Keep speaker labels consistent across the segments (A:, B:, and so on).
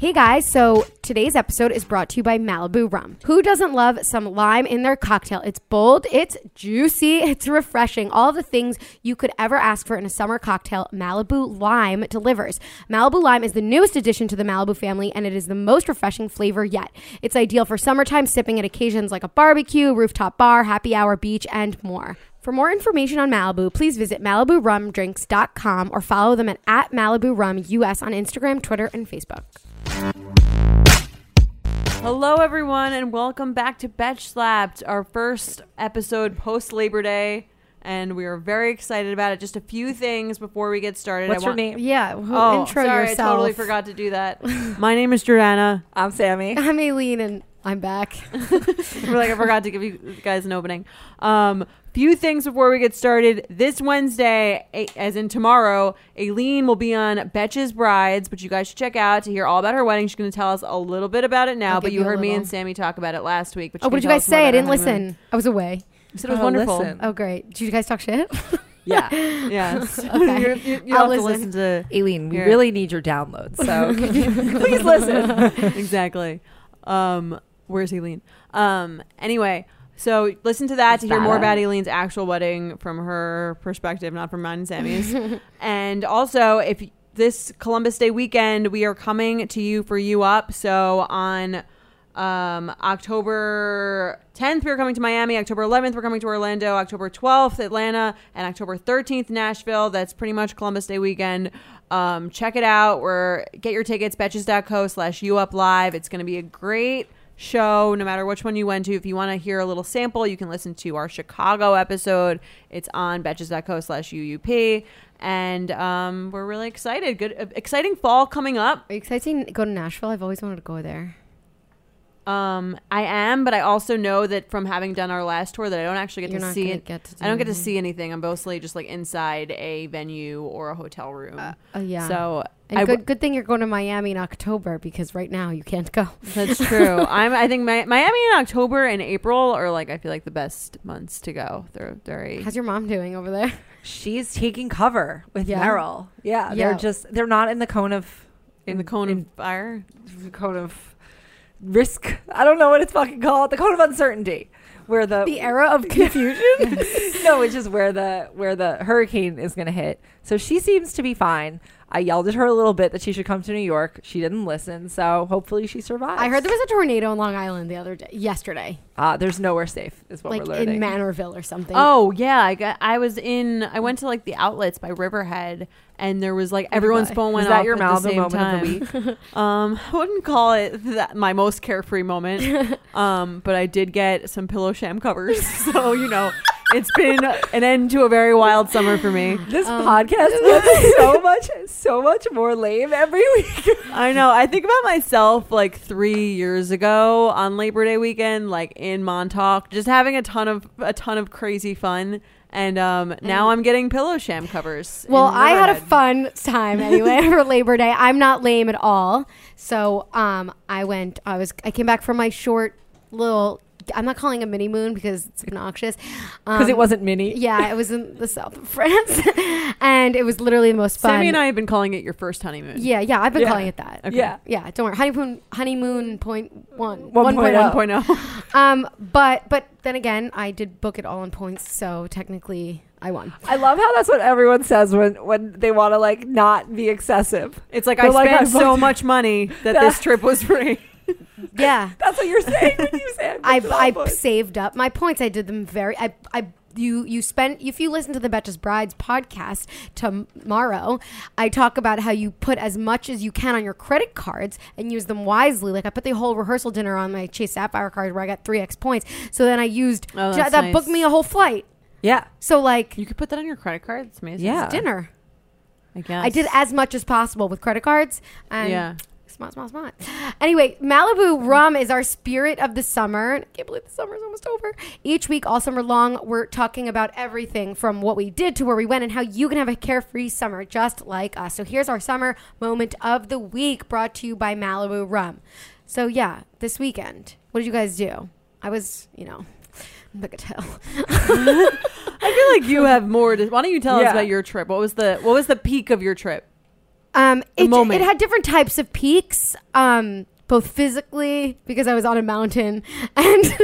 A: Hey guys, so today's episode is brought to you by Malibu Rum. Who doesn't love some lime in their cocktail? It's bold, it's juicy, it's refreshing. All the things you could ever ask for in a summer cocktail, Malibu Lime delivers. Malibu Lime is the newest addition to the Malibu family, and it is the most refreshing flavor yet. It's ideal for summertime sipping at occasions like a barbecue, rooftop bar, happy hour, beach, and more. For more information on Malibu, please visit MalibuRumDrinks.com or follow them at, at Malibu Rum US on Instagram, Twitter, and Facebook.
B: Hello, everyone, and welcome back to Betch Slapped, our first episode post Labor Day, and we are very excited about it. Just a few things before we get started.
C: What's
B: I
C: your
B: want-
C: name?
A: Yeah, who,
B: Oh,
A: intro
B: sorry,
A: yourself.
B: I totally forgot to do that. My name is Jordana.
C: I'm Sammy.
A: I'm Aileen, and I'm back.
B: We're like I forgot to give you guys an opening. Um, few things before we get started. This Wednesday, a- as in tomorrow, Aileen will be on Betches Brides, which you guys should check out to hear all about her wedding. She's going to tell us a little bit about it now,
A: I'll
B: but
A: give
B: you
A: you a
B: heard me
A: little.
B: and Sammy talk about it last week. But
A: Oh,
B: she
A: what
B: can
A: did you
B: tell
A: guys
B: us more
A: say? I
B: about
A: didn't
B: her honeymoon.
A: listen. I was away.
B: You said it was
C: Oh,
B: wonderful.
C: listen.
A: Oh, great. Did you guys talk shit?
B: Yeah. yes.
A: Okay.
B: You're- you you
A: I'll
B: have
A: listen.
B: to
C: Aileen, we
B: Here.
C: really need your download, so could you please
B: listen
C: listen.
B: to exactly. Um, where's Eileen? Um, anyway, so listen to that
C: Is
B: to hear
C: that
B: more
C: it?
B: about Eileen's actual wedding from her perspective, not from mine and Sammy's. and also, if y- this Columbus Day weekend, we are coming to you for you up. So on um, October 10th, we're coming to Miami. October 11th, we're coming to Orlando. October 12th, Atlanta. And October 13th, Nashville. That's pretty much Columbus Day weekend. Um, check it out. We're get your tickets, betches.co slash you up live. It's going to be a great show, no matter which one you went to. If you want to hear a little sample, you can listen to our Chicago episode. It's on betches.co slash UUP. And um, we're really excited. Good, uh, exciting fall coming up.
A: Are you excited to go to Nashville? I've always wanted to go there.
B: Um, I am, but I also know that from having done our last tour, that I don't actually get
A: You're
B: to
A: not
B: see
A: gonna
B: it.
A: get to do
B: I don't get to
A: anything.
B: see anything. I'm mostly just like inside a venue or a hotel room.
A: Oh, yeah.
B: So
A: and
B: I
A: good,
B: w-
A: good thing you're going to Miami in October because right now you can't go.
B: That's true. I'm. I think Mi- Miami in October and April are like I feel like the best months to go. They're very.
A: How's your mom doing over there?
C: She's taking cover with
A: Yeah.
C: Meryl. Yeah,
A: Yeah.
C: they're just they're not in the cone of
B: In the cone of fire,
C: the cone of risk. I don't know what it's fucking called. The cone of uncertainty, where
B: Uh,
C: the,
A: The era of confusion.
C: no, which is where the where the hurricane is going to hit. So she seems to be fine. I yelled at her a little bit that she should come to New York. She didn't listen, so hopefully she survives.
A: I heard there was a tornado in Long Island the other day, yesterday,
C: Uh, there's nowhere safe, is what
A: like
C: we're learning.
A: in Manorville or something.
B: Oh yeah, I got. I was in. I went to like the outlets by Riverhead, and there was like everyone's
A: boy.
B: phone
C: Was
B: went
C: that
B: off
C: your
B: at
C: Malibu
B: the same
C: moment
B: time.
C: of the week?
B: Um, I wouldn't call it that my most carefree moment. um, but I did get some pillow sham covers, so you know, it's been an end to a very wild summer for me.
C: This
A: Um,
C: podcast gets so much, so much more lame every week.
B: I know. I think about myself like three years ago on Labor Day weekend, like in Montauk, just having a ton of a ton of crazy fun. And um, now I'm getting pillow sham covers. in
A: Well, I had a
B: Riverhead.
A: fun time anyway for Labor Day. I'm not lame at all. So, um, I went. I was. I came back from my short little. I'm not calling a mini moon because it's obnoxious.
C: Because
A: Um,
C: it wasn't mini.
A: Yeah, it was in the south of France, and it was literally the most fun.
B: Sammy and I have been calling it your first honeymoon.
A: Yeah, yeah. I've been
C: Yeah.
A: calling it that.
B: Okay.
C: Yeah.
A: Yeah, don't worry. Honeymoon, honeymoon point one.
C: One point oh.
B: 1.0.
A: Um, but but then again, I did book it all in points, so technically I won.
C: I love how that's what everyone says when when they want to like not be excessive.
B: It's like
C: They're
B: I
C: like,
B: spent
C: I
B: so
C: booked-
B: much money that this trip was free.
A: Yeah.
C: That's what you're saying. when you say
A: I,
C: booked it all
A: I
C: booked.
A: saved up my points. I did them very. I, I you you spent if you listen to the Betches Brides podcast tomorrow, I talk about how you put as much as you can on your credit cards and use them wisely. Like I put the whole rehearsal dinner on my Chase Sapphire card where I got three X points. So then I used
B: Oh,
A: that
B: that's nice.
A: booked me a whole flight.
C: yeah.
A: So like
B: You could put that on your credit card. It's amazing.
C: Yeah.
A: dinner,
B: I guess.
A: I did as much as possible with credit cards and
B: Yeah.
A: Smart, smart, smart. Anyway, Malibu rum is our spirit of the summer. I can't believe the summer's almost over. Each week, all summer long, we're talking about everything from what we did to where we went and how you can have a carefree summer just like us. So here's our summer moment of the week brought to you by Malibu rum. So, yeah, this weekend, what did you guys do? I was, you know, I could tell.
B: I feel like you have more. To, why don't you tell us
C: Yeah.
B: about your trip? What was the What was the peak of your trip?
A: Um, it,
B: moment.
A: it had different types of peaks, um, both physically because I was on a mountain, and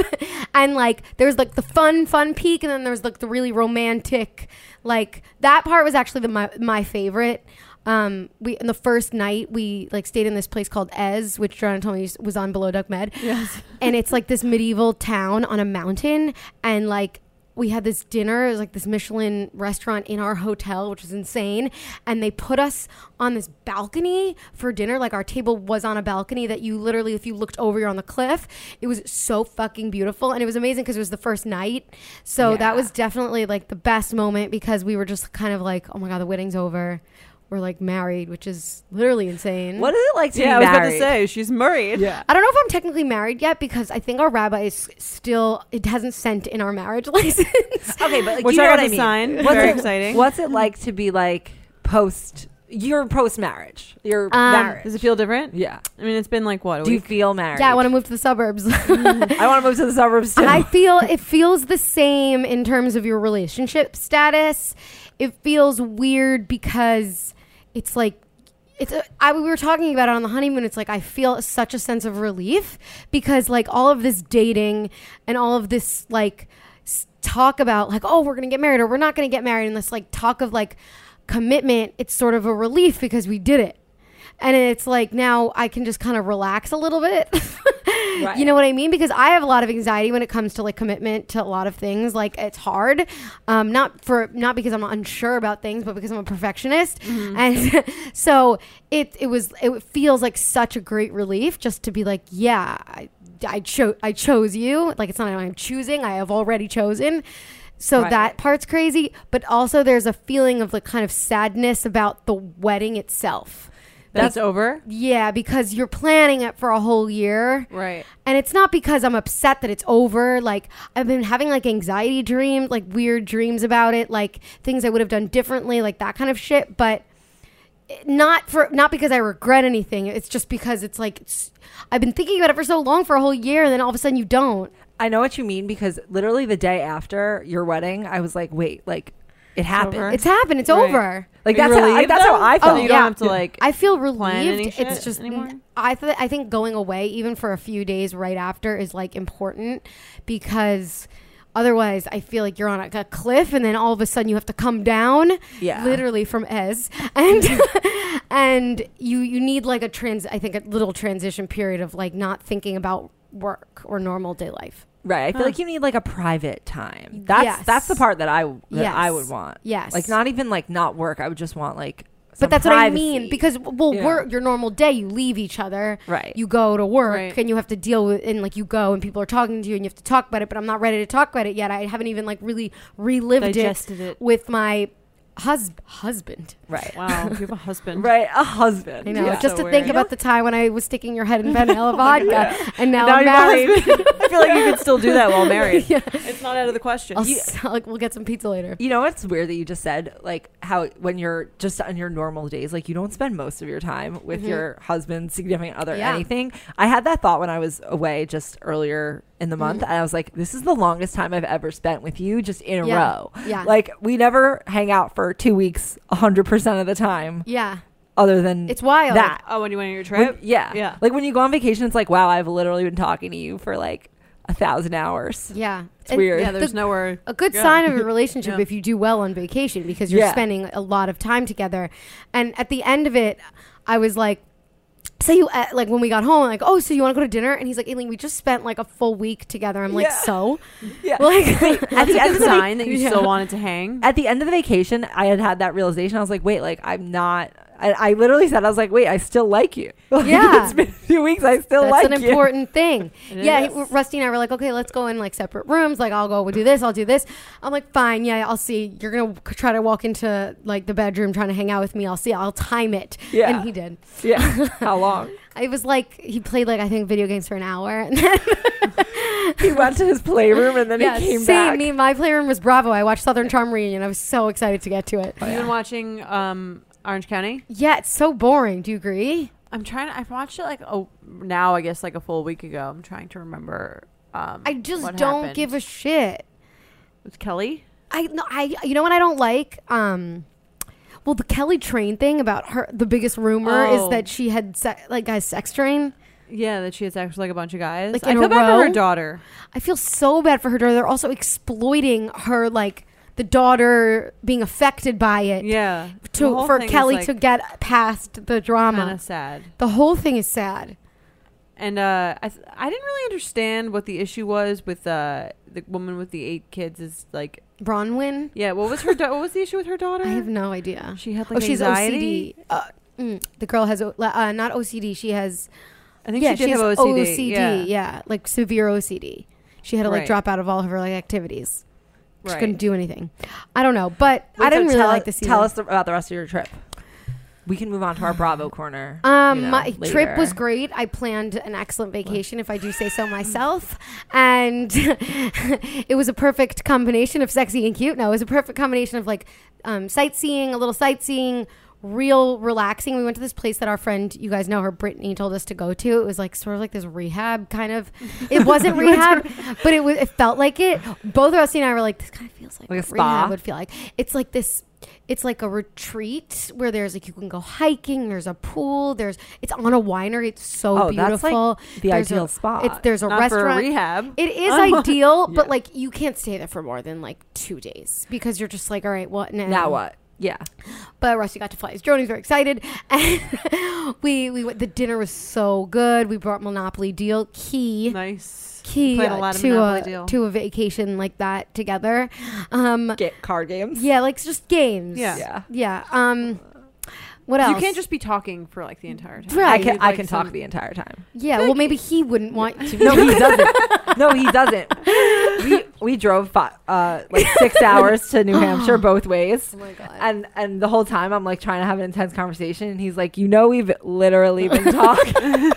A: and like there was like the fun, fun peak, and then there was like the really romantic. Like that part was actually the my, my favorite. Um, we in the first night we like stayed in this place called Ez, which Joanna told me was on Below Duck Med,
B: Yes.
A: and it's like this medieval town on a mountain, and like we had this dinner. It was like this Michelin restaurant in our hotel, which was insane. And they put us on this balcony for dinner. Like our table was on a balcony that you literally, if you looked over, you're on the cliff. It was so fucking beautiful. And it was amazing because it was the first night. So that
C: Yeah.
A: was definitely like the best moment because we were just kind of like, oh my God, the wedding's over. We're like married, which is literally insane.
C: What is it like to
B: Yeah, I
C: be
B: was about
C: married?
B: to say she's married.
C: Yeah.
A: I don't know if I'm technically married yet because I think our rabbi is still it hasn't sent in our marriage license.
C: Okay, but like,
B: Which
C: you
B: I got
C: know what
B: to
C: I mean.
B: sign.
C: What's
B: Very
C: it,
B: exciting.
C: What's it like to be like post? You're post marriage. You're
A: Um,
C: married.
B: Does it feel different?
C: yeah.
B: I mean, it's been like what a
C: Do you
B: week.
C: feel married?
A: yeah, I want to move to the suburbs.
C: I want to move to the suburbs too.
A: I feel it feels the same in terms of your relationship status. It feels weird because it's like it's a, I, we were talking about it on the honeymoon. It's like I feel such a sense of relief because like all of this dating and all of this like s- talk about like oh we're gonna get married or we're not gonna get married and this like talk of like commitment. It's sort of a relief because we did it. And it's like now I can just kind of relax a little bit. You
C: Right.
A: know what I mean? Because I have a lot of anxiety when it comes to like commitment to a lot of things. Like it's hard, um, not for not because I'm unsure about things, but because I'm a perfectionist. And so it it was it feels like such a great relief just to be like, yeah, I, I chose I chose you. Like it's not I'm choosing. I have already chosen. So
C: Right.
A: that part's crazy, but also there's a feeling of like kind of sadness about the wedding itself.
B: That's over.
A: Yeah, because you're planning it for a whole year.
B: Right.
A: And it's not because I'm upset that it's over. Like I've been having like anxiety dreams, like weird dreams about it, like things I would have done differently, like that kind of shit, but it- not for not because I regret anything. It's just because it's like it's, I've been thinking about it for so long for a whole year and then all of a sudden you don't.
C: I know what you mean because literally the day after your wedding, I was like, wait, like it happened.
B: over.
A: It's happened. It's
B: Right.
A: over.
C: Like
B: Are you
C: that's how, I,
B: relieved,
C: that's how
B: though?
C: I
B: Oh,
C: felt.
B: you don't have to like.
A: I feel
B: plan any
A: relieved. It's
B: shit
A: just mm,
B: anymore?
A: I th- I think going away even for a few days right after is like important because otherwise I feel like you're on like a cliff and then all of a sudden you have to come down
C: Yeah.
A: literally from Ez and and you you need like a trans I think a little transition period of like not thinking about work or normal day life.
C: Right. I feel
B: Huh.
C: like you need like a private time. That's
A: Yes.
C: that's the part that I that
A: Yes.
C: I would want.
A: Yes.
C: Like not even like not work. I would just want like. some
A: but that's
C: privacy.
A: what I mean because well,
C: Yeah.
A: work your normal day, you leave each other,
C: Right.
A: You go to work
B: Right.
A: and you have to deal with and like you go and people are talking to you and you have to talk about it. But I'm not ready to talk about it yet. I haven't even like really relived it,
B: Digested it.
A: with my hus- husband.
C: right.
B: Wow, you have a husband.
C: Right. A husband.
A: I know.
B: Yeah.
A: Just
B: So
A: to think
B: weird.
A: about the time when I was sticking your head in vanilla vodka, and now,
B: Now
A: I'm
B: you're a
A: married.
B: husband. I feel like you could still do that while married. It's not out of the question.
A: I'll s- like we'll get some pizza later.
C: You know it's weird that you just said like how when you're just on your normal days like you don't spend most of your time with your husband, significant other,
A: Mm-hmm. Yeah.
C: anything. I had that thought when I was away just earlier in the month,
A: Mm-hmm.
C: and I was like, this is the longest time I've ever spent with you just in a
A: Yeah.
C: row.
A: Yeah.
C: Like we never hang out for two weeks, hundred percent of the time,
A: Yeah,
C: other than
A: it's wild.
C: that.
B: oh, when you went on your
C: When-
B: trip.
C: yeah,
B: Yeah.
C: Like when you go on vacation, it's like, wow, I've literally been talking to you for like a thousand hours.
A: Yeah, it's
C: weird.
B: yeah,
A: the
B: there's nowhere.
A: a good
B: Yeah.
A: sign of a relationship
B: Yeah.
A: if you do well on vacation because you're
C: Yeah.
A: spending a lot of time together. And at the end of it, I was like, so you uh, like when we got home, I'm like, oh, so you want to go to dinner? And he's like, Aileen, we just spent like a full week together. I'm like,
C: Yeah.
A: so
C: Yeah.
A: like,
C: at
B: That's
C: the
B: a good
C: end of the
B: sign that you
A: Yeah.
B: still wanted to hang.
C: at the end of the vacation, I had had that realization. I was like, wait, like I'm not. I, I literally said, I was like, wait, I still like you. Like,
A: Yeah.
C: it's been a few weeks. I still
A: that's
C: like
A: an
C: you.
A: important thing.
B: It
A: yeah,
B: is.
A: he- Rusty and I were like, okay, let's go in like separate rooms. Like, I'll go, we'll do this, I'll do this. I'm like, fine, yeah, I'll see. You're gonna w- try to walk into like the bedroom trying to hang out with me. I'll see. I'll time it.
C: Yeah.
A: and he did.
C: yeah. How long?
A: It was like he played like I think video games for an hour.
C: He went to his playroom and then he came
A: same.
C: back.
A: Me, my playroom was Bravo. I watched Southern Charm reunion. I was so excited to get to it.
B: You've been watching um, Orange County.
A: Yeah, it's so boring. Do you agree?
B: I'm trying. To, I've watched it like oh now I guess like a full week ago. I'm trying to remember. Um,
A: I just
B: what
A: don't
B: happened.
A: give a shit.
B: It's Kelly.
A: I no, I you know what I don't like. Um, Well, the Kelly Train thing about her, the biggest rumor
B: Oh.
A: is that she had se- like guys sex train.
B: Yeah, that she has actually like a bunch of guys.
A: Like,
B: I
A: in a
B: feel bad for her
A: row?
B: daughter.
A: I feel so bad for her daughter. They're also exploiting her like the daughter being affected by it
B: Yeah, The
A: to
B: whole
A: for
B: thing is,
A: Kelly
B: like,
A: to get past the drama.
B: Kind of sad.
A: The whole thing is sad.
B: And uh, I, th- I didn't really understand what the issue was with uh, the woman with the eight kids. Is like,
A: Bronwyn,
B: yeah, what was her? da- what was the issue with her daughter?
A: I have no idea.
B: she had
A: Oh,
B: like
A: she's
B: anxiety.
A: OCD. Uh, mm, the girl has o- uh, not OCD. She has
B: I think
A: yeah,
B: she did
A: has
B: have OCD. Yeah,
A: yeah. like severe OCD. She had to like
B: Right.
A: drop out of all of her like activities. She
B: right.
A: couldn't do anything. I don't know, but
C: Wait,
A: I
C: so
A: didn't really
C: tell-
A: like this.
C: Tell
A: either.
C: us about the rest of your trip. We can move on to our Bravo corner.
A: Um,
C: you know,
A: my trip was
C: later.
A: great. I planned an excellent vacation, if I do say so myself, and it was a perfect combination of sexy and cute. No, it was a perfect combination of like um, sightseeing, a little sightseeing, real relaxing. We went to this place that our friend, you guys know her, Brittany, told us to go to. It was like sort of like this rehab kind of. It wasn't rehab, but it was. It felt like it. Both of us and I were like, this kind of feels like,
C: Like a
A: what
C: spa?
A: rehab would feel like. It's like this it's like a retreat where there's like you can go hiking. There's a pool. There's it's on a winery. It's so
C: Oh, that's, like, uh,
A: beautiful.
C: the
A: there's
C: ideal
A: a,
C: spot.
A: It's there's a
B: Not
A: restaurant.
B: for rehab.
A: It is ideal, but like you can't stay there for more than like two days because you're just like, all right, what now?
C: now what? Yeah,
A: But Rusty got to fly his drone. He's very excited. And we we went, the dinner was so good. We brought Monopoly deal key
B: nice.
A: key
B: Played a
A: uh,
B: lot of
A: to
B: Monopoly
A: a
B: Deal.
A: to a vacation like that together. Um,
C: get card games.
A: yeah, like just games.
B: Yeah.
C: yeah.
A: Yeah. Um, what
B: You
A: else?
B: can't just be talking for like the entire time.
A: Right.
C: I can
B: You'd
C: I
B: like
C: can
B: some-
C: talk the entire time.
A: Yeah. Well, maybe he wouldn't want to.
C: No, he doesn't. no, he doesn't. We we drove fi- uh, like six hours to New Hampshire both ways.
A: Oh my god.
C: And and the whole time I'm like trying to have an intense conversation, and he's like, you know, we've literally been talking.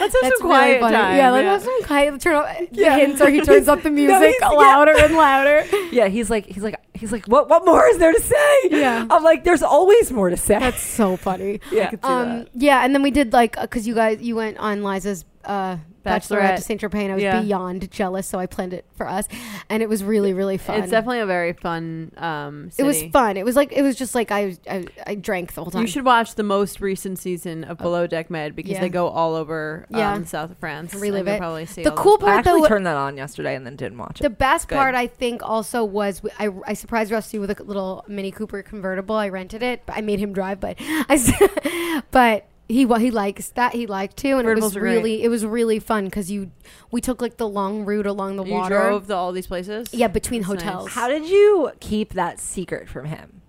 B: Let's have some quiet time.
A: Yeah, like have some quiet. Turn off
C: Yeah.
A: the hints, or he turns up the music
C: he's- yeah.
A: louder and louder.
C: yeah, he's like, he's like, he's like, what what more is there to say?
A: Yeah.
C: I'm like, there's always more to say.
A: That's so funny.
C: yeah,
A: Um, yeah, and then we did like because you guys you went on Liza's uh, bachelorette
B: Bachelorette.
A: to Saint Tropez, and I was
B: Yeah.
A: beyond jealous, so I planned it for us, and it was really really fun.
B: It's definitely a very fun um
A: it was
B: city.
A: fun. It was like it was just like I was- I, I drank the whole time. Oh.
B: You should watch the most recent season of Below Deck Med because
A: Yeah.
B: they go all over um,
A: Yeah.
B: south of France. and
A: Relive
B: you'll
A: it.
B: Probably see
A: the
B: all those-
A: cool
C: I
A: part
C: actually
A: though
C: turned that on yesterday and then didn't watch
A: The
C: it.
A: best
C: Good.
A: part, I think, also was w- I, I surprised Rusty with a little Mini Cooper convertible. I rented it. but I made him drive, but I, s- but he wa- he likes that he liked to, and it was
B: Convertibles are great.
A: really it was really fun because you we took like the long route along the
B: You
A: water.
B: drove to all these places.
A: yeah, between
B: That's nice.
A: hotels.
C: How did you keep that secret from him?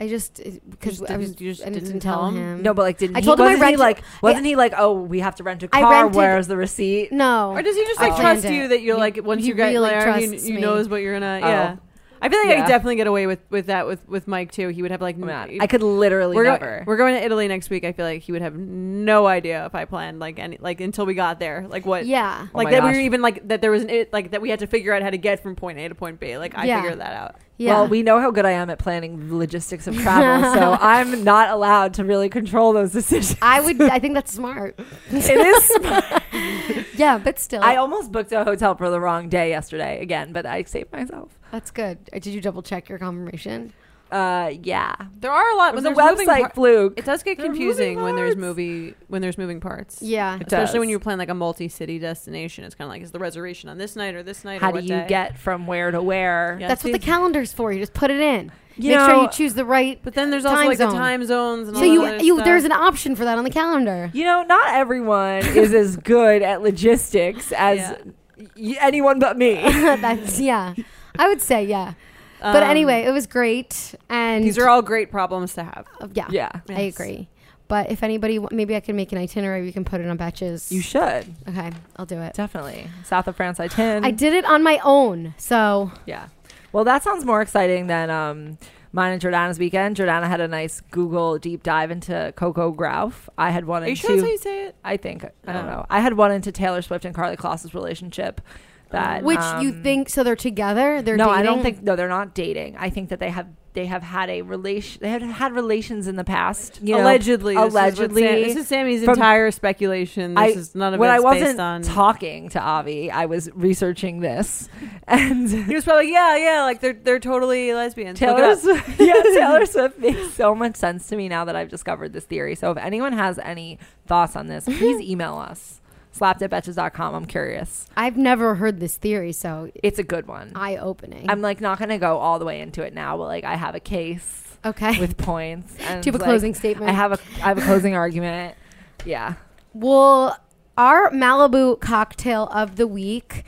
A: I just because
B: You just
A: I was
B: didn't- you just
A: I didn't,
B: didn't
A: tell
B: tell
A: him.
B: him?
C: No, but like, didn't
A: Um, I
C: he,
A: told him I
C: wasn't he
A: rented-
C: like,
A: I-
C: wasn't he like, oh, we have to rent a
A: I
C: car.
A: rented-
C: Where's the receipt?
A: no.
B: Or does he just
C: I
B: like trust
A: planned
B: you
A: it.
B: that you're
A: He-
B: like once
A: he
B: you get
A: really
B: there, he,
A: trusts
B: he
A: me.
B: knows what you're gonna.
C: Oh.
B: Yeah, I feel like I
C: Yeah.
B: could definitely get away with with that with with Mike too. He would have like
C: Oh
B: n-
C: my God. I could literally
B: Mm. We're, go-
C: never.
B: we're going to Italy next week. I feel like he would have no idea if I planned like any like until we got there. Like what?
A: Yeah.
C: Oh
B: Like
C: my
B: that
C: gosh.
B: we were even like that there was an it like that we had to figure out how to get from point A to point B. Like I
A: Yeah.
B: figured that out.
A: Yeah.
C: Well, we know how good I am at planning the logistics of travel, so I'm not allowed to really control those decisions.
A: I would. I think that's smart.
C: it is.
A: yeah, but still,
C: I almost booked a hotel for the wrong day yesterday again, but I saved myself.
A: that's good. Did you double check your confirmation?
C: Uh, yeah.
B: There are a lot.
C: It
B: When
C: was a
B: there's moving
C: website
B: par-
C: fluke.
B: it does get
C: There are moving
B: confusing when there's
C: parts.
B: movie when there's moving parts.
A: Yeah.
C: It
B: Especially when
C: does.
B: you plan like a multi-city destination, it's kind of like is the reservation on this night or this night?
C: How
B: or
C: do
B: what
C: you
B: day?
C: get from where to where?
B: Yeah.
A: That's what the
B: see-
A: calendar's for. You just put it in.
C: You
A: Make sure
C: know-
A: you choose the right.
B: But then there's also
A: time
B: like
A: zone.
B: the time zones and
A: So
B: all
A: you
B: that
A: you
B: stuff.
A: there's an option for that on the calendar.
C: You know, not everyone is as good at logistics as
B: Yeah.
C: y- anyone but me.
A: That's yeah. I would say yeah. But
B: Um,
A: anyway, it was great and
B: these are all great problems to have.
A: uh, yeah,
C: Yeah.
A: I
B: Yes.
A: agree. But if anybody w- maybe I can make an itinerary we can put it on batches.
C: You should.
A: okay, I'll do it.
C: Definitely. South of France, I 10.
A: I did it on my own. So,
C: Yeah. Well, that sounds more exciting than um, mine and Jordana's weekend. Jordana had a nice Google deep dive into Coco Gauff. I had one
B: Are you
C: into.
B: sure that's how you say it?
C: I think I don't
B: Oh.
C: know. I had one into Taylor Swift and Carly Kloss's relationship. That
A: which you
C: um,
A: think so they're together? They're
C: no,
A: dating?
C: I don't think. No, they're not dating. I think that they have. they have had a relation. They had had relations in the past. you know,
B: allegedly, this is what
C: allegedly.
B: Sam- this is Sammy's
C: From-
B: entire speculation. This is none of
C: when
B: it's
C: I wasn't
B: based on.
C: talking to Avi, I was researching this, and
B: he was probably yeah, yeah, like they're they're totally lesbians. Look it
C: Taylor
B: up.
C: Swift, yeah, Taylor Swift makes so much sense to me now that I've discovered this theory. So if anyone has any thoughts on this, please email us slapped at com. I'm curious.
A: I've never heard this theory, so
C: It's a good one.
A: eye opening.
C: I'm like not gonna go all the way into it now, but like I have a case
A: Okay.
C: with points. And,
A: Do you have a
C: like,
A: closing statement?
C: I have a I have a closing argument. Yeah.
A: Well, our Malibu cocktail of the week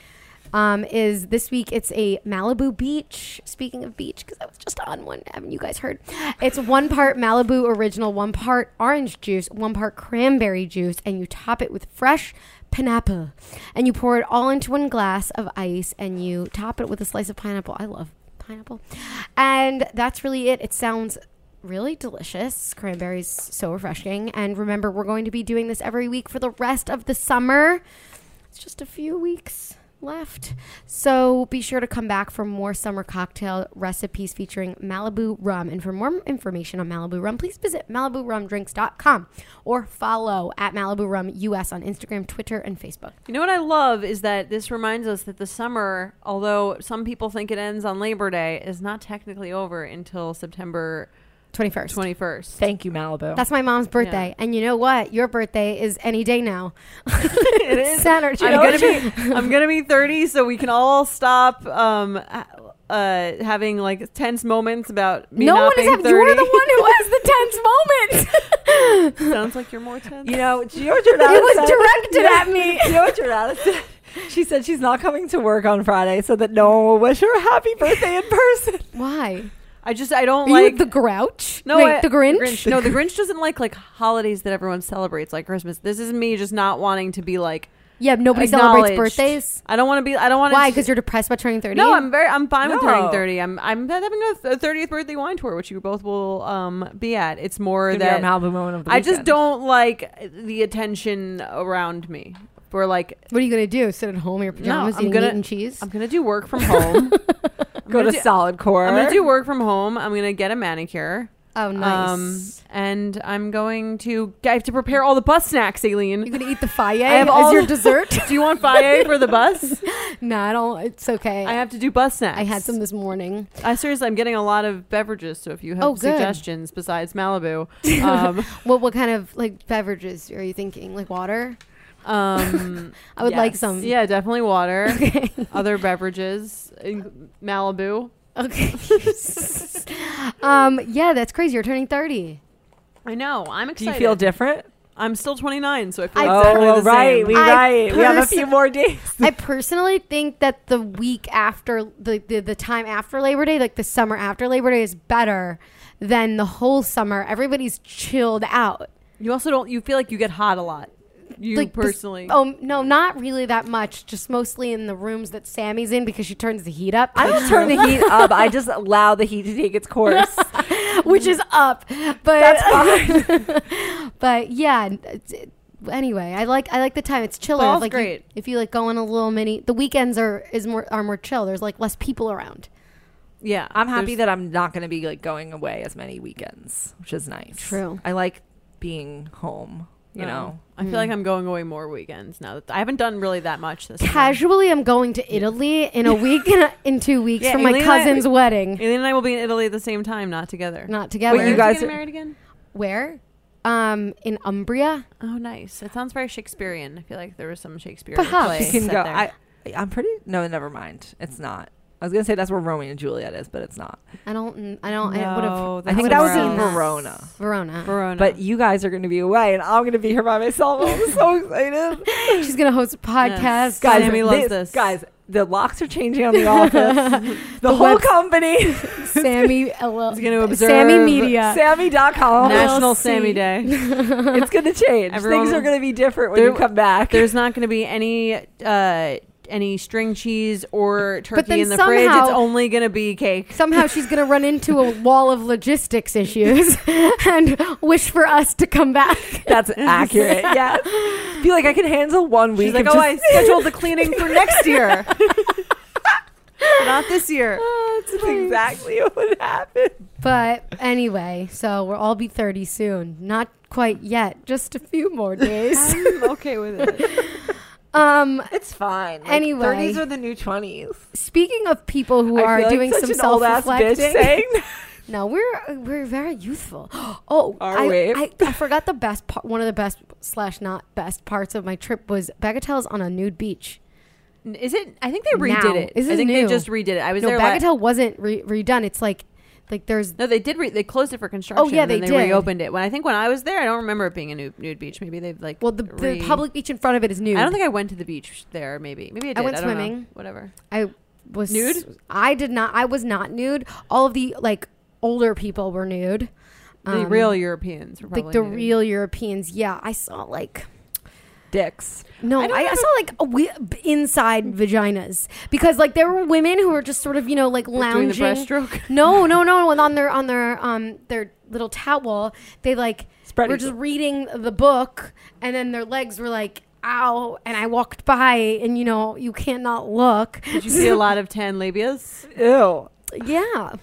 A: um, is this week. It's a Malibu Beach. Speaking of beach, because I was just on one, haven't you guys heard? It's one part Malibu original, one part orange juice, one part cranberry juice, and you top it with fresh pineapple, and you pour it all into one glass of ice, and you top it with a slice of pineapple. I love pineapple, and that's really it. It sounds really delicious. Cranberries so refreshing. And remember, we're going to be doing this every week for the rest of the summer. It's just a few weeks left. So be sure to come back for more summer cocktail recipes featuring Malibu rum. And for more information on Malibu rum, please visit maliburumdrinks.com or follow at Malibu Rum US on Instagram, Twitter, and Facebook.
B: You know what I love is that this reminds us that the summer, although some people think it ends on Labor Day, is not technically over until September
A: 21st.
B: 21st.
C: Thank you, Malibu.
A: That's my mom's birthday. And you know what? Your birthday is any day now. it
B: is.
A: Saturday.
B: I'm gonna be I'm gonna be 30, so we can all stop um, uh, having like tense moments about me
A: no
B: not
A: one is
B: being
A: having.
B: 30.
A: You're the one who was the tense moment.
B: Sounds like you're more tense.
C: you know, do you know what Jordana
A: It was
C: said?
A: directed
C: Yeah.
A: at me.
C: Do you know what Jordana said? She said she's not coming to work on Friday so that no one will wish her a happy birthday in person.
A: Why?
B: I just I don't
A: Are
B: like
A: you the Grouch?
B: No,
A: Wait,
B: I-
A: the Grinch.
B: No, the Grinch doesn't like like holidays that everyone celebrates, like Christmas. This is me just not wanting to be like
A: Yeah, nobody celebrates
B: acknowledged.
A: birthdays.
B: I don't want to be. I don't want.
A: Why? Because you're depressed about turning thirty.
B: No, I'm very. I'm fine with turning
C: No.
B: thirty. I'm. I'm having a thirtieth birthday wine tour, which you both will um be at. It's more that I just don't like the attention around me. For like,
A: What are you gonna do? Sit at home in your pajamas
B: I'm
A: eating
B: gonna-
A: meat and cheese?
B: I'm gonna do work from home. I'm
C: go
B: gonna
C: to
B: do-
C: solid core.
B: I'm gonna do work from home. I'm gonna get a manicure. Um,
A: oh, nice.
B: and I'm going to. I have to prepare all the bus snacks,
A: you're
B: Aileen.
A: gonna eat the faye
B: have
A: as
B: all-
A: your dessert?
B: Do you want faye for the bus?
A: no, I don't. It's okay.
B: I
A: I,
B: have to do bus snacks.
A: had some this morning.
B: I seriously, I'm getting a lot of beverages. So if you have
A: Oh, good.
B: suggestions besides Malibu, um,
A: What what kind of like beverages are you thinking? Like water?
B: um,
A: I would like
C: Yes.
A: some.
B: yeah, definitely water.
A: Okay.
B: Other beverages, in Malibu.
A: Okay. um. Yeah, that's crazy. You're turning thirty.
B: I know. I'm
C: Do
B: excited.
C: you feel different?
B: I'm still 29, so I feel
A: I-
B: exactly the
C: oh, right.
B: same.
C: We
A: I
C: right. We have a
A: pers-
C: few more days.
A: I personally think that the week after the, the the time after Labor Day, like the summer after Labor Day, is better than the whole summer. Everybody's chilled out.
B: you also don't. You feel like you get hot a lot. You
A: like this-
B: personally.
A: oh no, not really that much. Just mostly in the rooms that Sammy's in because she turns the heat up,
C: I don't turn the heat up. I just allow the heat to take its course.
A: which is up. But
C: That's fine.
A: but yeah. n- it's- Anyway, I like I like the time. It's chiller.
B: Fall's
A: like you-
B: great.
A: if you like go on a little mini. The weekends are is more are more chill. There's like less people around.
B: yeah,
C: I'm happy
B: there's-
C: that I'm not going to be like going away as many weekends, which is nice.
A: True.
C: I like being home. You
B: No.
C: know,
B: I feel like I'm going away more weekends now. That I haven't done really that much this summer.
A: Casually, I'm going to Italy in a week, and a- in two weeks
B: Yeah,
A: for my
B: Elena-
A: cousin's wedding.
B: Aileen and I will be in Italy at the same time, not together.
A: Not together.
C: Wait,
B: Where
C: you
B: is he
C: guys
B: getting
C: are-
B: married again?
A: Where? Um, in Umbria.
B: Oh, nice. It sounds very Shakespearean. I feel like there was some Shakespeare.
A: Perhaps.
B: play
A: You
C: can
B: set
C: go.
B: there.
C: I, I'm pretty. No, never mind. It's not. I was gonna say that's where Romeo and Juliet is, but it's not.
A: I don't. I don't. I would
B: No,
A: have.
B: that's
C: I think
A: would've
C: that was
A: seen
C: in
A: that.
C: Verona.
A: Verona.
B: Verona.
C: But you guys are gonna be away, and I'm gonna be here by myself. I'm so excited,
A: She's gonna host a podcast.
B: Yes.
C: guys.
B: Sammy loves this.
C: Guys, the locks are changing on the office. the,
A: The
C: whole
A: webs-
C: company.
A: Sammy. L-
B: He's gonna
A: Sammy
B: observe
A: Media.
C: Sammy.com.
B: National
A: we'll
B: Sammy
A: see.
B: Day.
C: it's gonna change.
B: Everyone-
C: Things are gonna be different when
B: There-
C: you come back.
B: There's not going to be any uh, any string cheese
A: then
B: or turkey in the fridge. It's
A: somehow-
B: only going to be cake.
A: Somehow she's gonna run into a wall of logistics issues and wish for us to come back.
C: That's accurate. Yes. Feel like I can handle one week.
B: She's like,
C: of
B: oh,
C: just-
B: I scheduled the cleaning for next year. Not this year.
C: That's exactly what happened.
A: But anyway, so we'll all be 30 soon. Not quite yet, just a few more days.
B: I'm okay with it.
A: um,
C: It's fine. Like,
A: Anyway.
C: 30s are the new 20s.
A: Speaking of people who
C: I
A: are
C: feel like
A: doing
C: such
A: some
C: an old-ass bitch
A: self-reflecting,
C: saying that.
A: no, we're we're very youthful. Oh,
B: Are
A: I,
B: we?
A: I, I forgot the best part. One of the best slash not best parts of my trip was Bagatelle's on a nude beach.
B: Is it? I think they redid
A: Now.
B: it.
A: This
B: I
A: is
B: think
A: new.
B: they just redid it. I was
A: No,
B: there. la-
A: Bagatelle wasn't re- redone. It's like like there's
B: no, they did. Re- they closed it for construction.
A: Oh, yeah,
B: and
A: they
B: then
A: did.
B: reopened it. When I think when I was there, I don't remember it being a nude, nude beach. Maybe they've like
A: well the, the
B: re-
A: public beach in front of it is nude.
B: I don't think I went to the beach there. Maybe maybe I did.
A: went
B: don't know.
A: swimming.
B: Whatever.
A: I was
B: Nude?
A: I did not. I was not nude. All of the like older people were nude.
B: the
A: Um,
B: real Europeans were probably
A: like the
B: nude.
A: real Europeans. Yeah, I saw like
C: Dicks.
A: no, I,
B: I don't
A: I,
B: know.
A: saw like a we- inside vaginas because like there were women who were just sort of you know like
B: Like doing the
A: lounging.
B: breaststroke.
A: no, no, no, no. On their on their um their little towel, they like
C: Spread
A: were
C: eagle.
A: just reading the book, and then their legs were like ow, and I walked by, and you know you can't not look.
B: Did you see a lot of tan labias?
C: Ew.
A: Yeah.
B: Everyone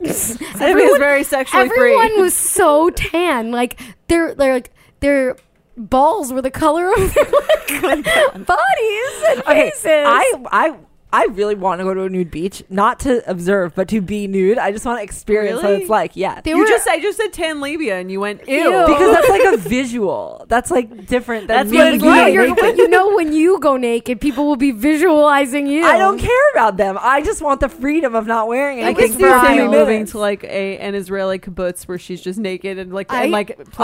B: was
A: Everyone-
B: very sexually
A: Everyone
B: free.
A: was so tan. Like their their like their balls were the color of their like, bodies and
C: Okay,
A: faces.
C: I I I really want to go to a nude beach, not to observe, but to be nude. I just want to experience what
B: Really?
C: it's like. Yeah,
A: They
B: you
A: were-
B: just I just said tan labia and you went ew.
A: Ew.
C: because that's like a visual. That's like different. Than
B: That's
C: me
B: what it's
A: you, know,
C: being
B: like.
A: you're-
C: naked.
A: when- you know when you go naked, people will be visualizing you.
C: I don't care about them. I just want the freedom of not wearing
A: I
C: anything.
B: I
A: can
B: can
A: see
B: see
A: for a
B: Sammy
A: while.
B: moving to like a an Israeli kibbutz where she's just naked and like
A: I-
B: and like planting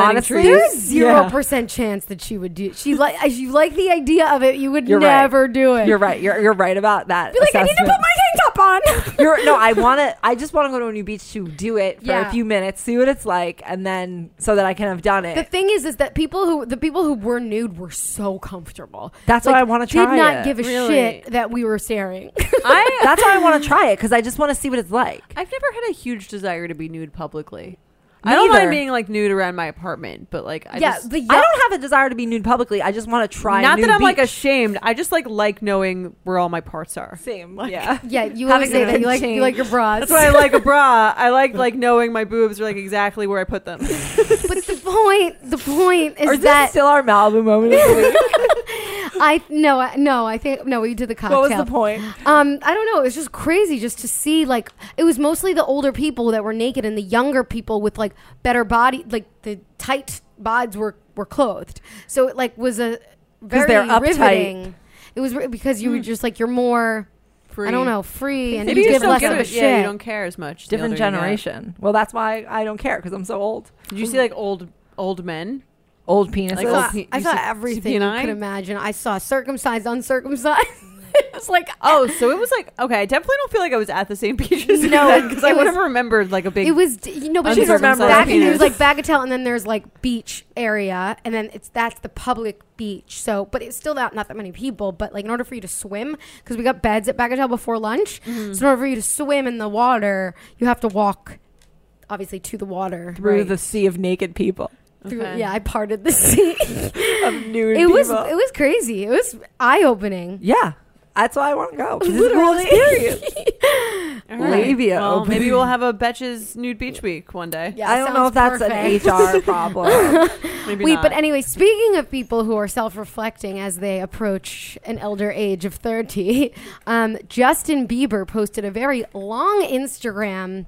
C: honestly,
B: trees.
A: There's zero
C: Yeah.
A: percent chance that she would do. She like as you like the idea of it, you would
C: You're right.
A: never do it.
C: You're right. You're, you're right about that.
A: Be like I need to put
C: assessment.
A: my tank top on.
C: You're, no, I want to. I just want to go to a new beach to do it for
A: Yeah.
C: a few minutes, see what it's like, and then so that I can have done it.
A: The thing is, is that people who the people who were nude were so comfortable.
C: That's why I wanna try
A: Did not
C: it.
A: give a
B: Really?
A: shit that we were staring.
B: I
C: That's why I want to try it because I just want to see what it's like.
B: I've never had a huge desire to be nude publicly.
C: Me
B: I don't
C: either.
B: mind being like nude around my apartment, but like I
A: yeah,
B: just
A: the young,
C: I don't have a desire to be nude publicly. I just want to try.
B: not
C: nude
B: that I'm like
C: beach.
B: ashamed. I just like like knowing where all my parts are.
C: same.
B: Yeah.
A: yeah. You
C: having
A: always say
C: them
A: that you like you
C: change.
A: like your bras.
B: That's why I like a bra. I like like knowing my boobs are like exactly where I put them.
A: but the point, the point
C: Or
A: is
C: is this
A: that
C: still our Malibu moment? Of the week?
A: I no I- no I think no we did the cocktail.
C: what was the point?
A: Um, I don't know. It was just crazy just to see like it was mostly the older people that were naked and the younger people with like better body, like the tight bods were were clothed. So it like was a very
C: they're uptight. Hmm.
A: riveting. It was ri- because you were just like you're more I don't know free and
B: Maybe
A: you
B: you
A: give
B: just don't
A: less
B: give
A: of a
B: a
A: shit.
B: shit. Yeah, you don't care as much. the
C: Different
B: older you get.
C: generation. Well, that's why I don't care because I'm so old.
B: Did you see like old old men?
C: Old penises.
A: I
B: Like
A: saw,
B: old pe-
A: oh, I
B: you
A: saw
B: see-
A: everything you
B: CP9?
A: could imagine. I saw circumcised, uncircumcised. it was like
B: Oh, so it was like okay. I definitely don't feel like I was at the same beach as
A: No,
B: no, because I
A: it
B: would
A: was-
B: have remembered like a big.
A: It was, d- you know, but
B: She's
A: she's remember
B: remembered
A: back and
B: penis.
A: there's like Bagatelle, and then there's like beach area, and then it's that's the public beach. So, but it's still not not that many people. But like in order for you to swim, because we got beds at Bagatelle before lunch,
C: Mm-hmm.
A: so in order for you to swim in the water, you have to walk. Obviously, to the water.
C: through
B: Right.
C: the sea of naked people.
A: Through,
B: Okay.
A: yeah, I parted the sea.
C: Of nude
A: it was
C: people.
A: it was crazy. It was eye opening.
C: yeah. That's why I want to go. 'cause It's a cool
A: Literally.
C: experience.
B: All
C: labia
B: Well,
C: open.
B: maybe we'll have a Betches nude beach week one day.
A: Yeah,
C: I don't know
A: sounds
C: if that's
A: perfect.
C: an HR problem.
B: Maybe
A: Wait,
B: not.
A: but anyway, speaking of people who are self-reflecting as they approach an elder age of 30, um, Justin Bieber posted a very long Instagram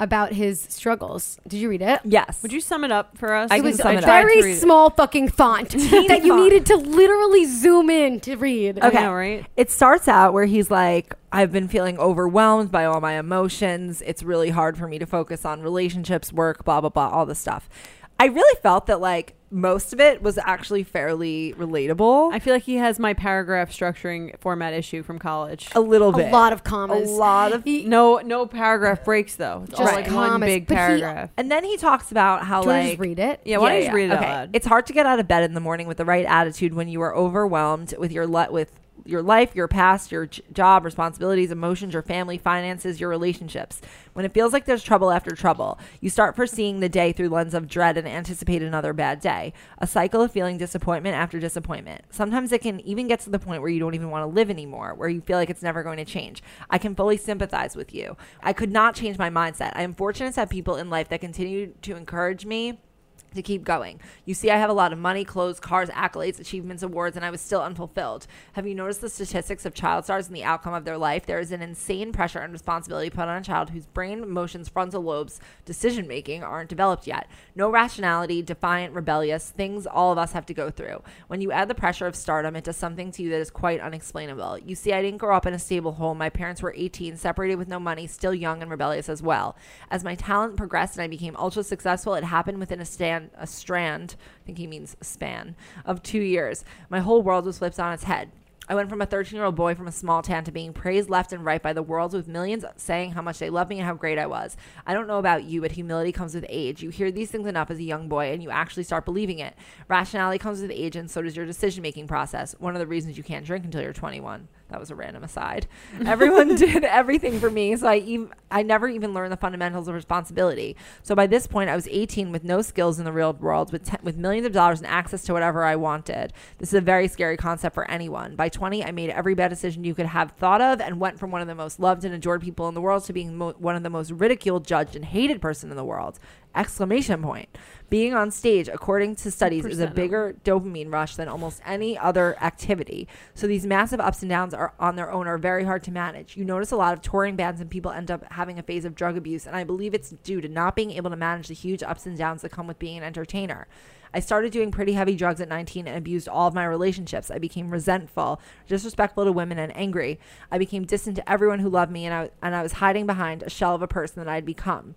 A: about his struggles. Did you read it?
C: yes.
B: would you sum it up for us?
C: I
A: It
C: can
A: was
C: sum
A: a
C: it up.
B: tried to read
A: very
B: it.
A: small fucking font that you
C: font.
A: needed to literally zoom in to read.
C: Okay.
B: I know, right?
C: it starts out where he's like, I've been feeling overwhelmed by all my emotions. It's really hard for me to focus on relationships, work, blah, blah, blah, all this stuff. I really felt that like most of it was actually fairly relatable.
B: I feel like he has my paragraph structuring format issue from college.
C: a little
A: A
C: bit.
A: lot of
C: A
A: commas.
C: lot of.
A: He-
B: No, no paragraph breaks though. It's all
A: Just
B: like one
A: commas,
B: big
A: but he-
B: paragraph.
C: And then he talks about how
A: Do you wanna
C: like.
A: just read it?
B: yeah, why don't you just read it out
C: Okay.
B: loud?
C: It's hard to get out of bed in the morning with the right attitude when you are overwhelmed with your le- with your life, your past, your j- job, responsibilities, emotions, your family, finances, your relationships. When it feels like there's trouble after trouble, you start foreseeing the day through lens of dread and anticipate another bad day. A cycle of feeling disappointment after disappointment. Sometimes it can even get to the point where you don't even want to live anymore, where you feel like it's never going to change. I can fully sympathize with you. I could not change my mindset. I am fortunate to have people in life that continue to encourage me to keep going. You see, I have a lot of money, clothes, cars, accolades, achievements, awards, and I was still unfulfilled. Have you noticed the statistics of child stars and the outcome of their life? There is an insane pressure and responsibility put on a child whose brain, emotions, frontal lobes, decision making aren't developed yet. No rationality, defiant, rebellious, things all of us have to go through. When you add the pressure of stardom, it does something to you that is quite unexplainable. You see, I didn't grow up in a stable home. My parents were 18, separated with no money, still young and rebellious as well. As my talent progressed and I became ultra successful, it happened within a stand a strand, I think he means span, of two years. My whole world was flipped on its head. I went from a 13 year old boy from a small town to being praised left and right by the world with millions saying how much they love me and how great I was. I don't know about you, but humility comes with age. You hear these things enough as a young boy and you actually start believing it. Rationality comes with age and so does your decision making process. One of the reasons you can't drink until you're 21. That was a random aside. Everyone did everything for me, so I even I never even learned the fundamentals of responsibility. So by this point, I was 18 with no skills in the real world, with te- with millions of dollars and access to whatever I wanted. This is a very scary concept for anyone. By 20, I made every bad decision you could have thought of, and went from one of the most loved and adored people in the world to being mo- one of the most ridiculed, judged, and hated person in the world exclamation point being on stage according to studies is a
B: Percent.
C: bigger dopamine rush than almost any other activity so these massive ups and downs are on their own are very hard to manage you notice a lot of touring bands and people end up having a phase of drug abuse and i believe it's due to not being able to manage the huge ups and downs that come with being an entertainer I started doing pretty heavy drugs at 19 and abused all of my relationships. I became resentful, disrespectful to women, and angry. I became distant to everyone who loved me, and I, and I was hiding behind a shell of a person that I had become.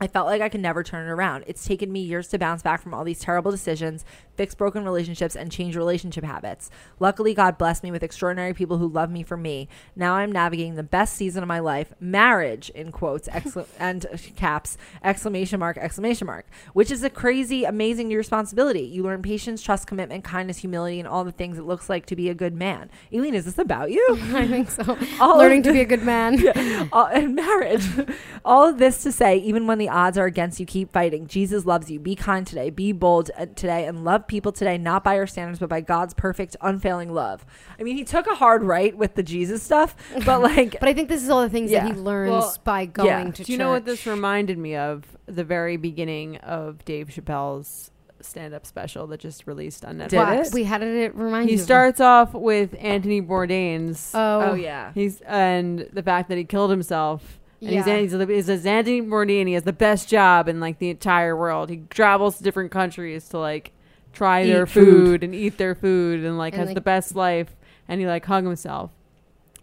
C: I felt like I could never turn it around. It's taken me years to bounce back from all these terrible decisions, fix broken relationships, and change relationship habits. Luckily, God blessed me with extraordinary people who love me for me. Now I'm navigating the best season of my life, marriage, in quotes, excla- and caps, exclamation mark, exclamation mark, which is a crazy, amazing new responsibility. You learn patience, trust, commitment, kindness, humility, and all the things it looks like to be a good man. Eileen, is this about you?
A: I think so.
C: All of
A: Learning
C: the-
A: to be a good man.
C: all, and marriage. All of this to say, even when the odds are against you, keep fighting. Jesus loves you. Be kind today. Be bold uh, today, and love people today, not by your standards, but by God's perfect, unfailing love. I mean, he took a hard right with the Jesus stuff, but like,
A: But I think this is all the things
C: Yeah.
A: that he learns
B: Well,
A: by going
C: yeah.
A: to
B: Do
A: church.
B: you know what this reminded me of? The very beginning of Dave Chappelle's stand-up special that just released on
C: Did
A: Why-
B: Netflix.
C: it?
A: Wait, how did it remind
B: He
A: you? of
B: starts off with Anthony Bourdain's.
A: him? Oh,
C: oh yeah,
B: He's and the fact that he killed himself. And he's,
A: Yeah.
B: he's, a- he's a Anthony Bourdain. He has the best job in like the entire world. He travels to different countries to like try
C: Eat
B: their
C: food.
B: food. and eat their food and like
A: And,
B: has
A: like-
B: the best life. And he like hung himself.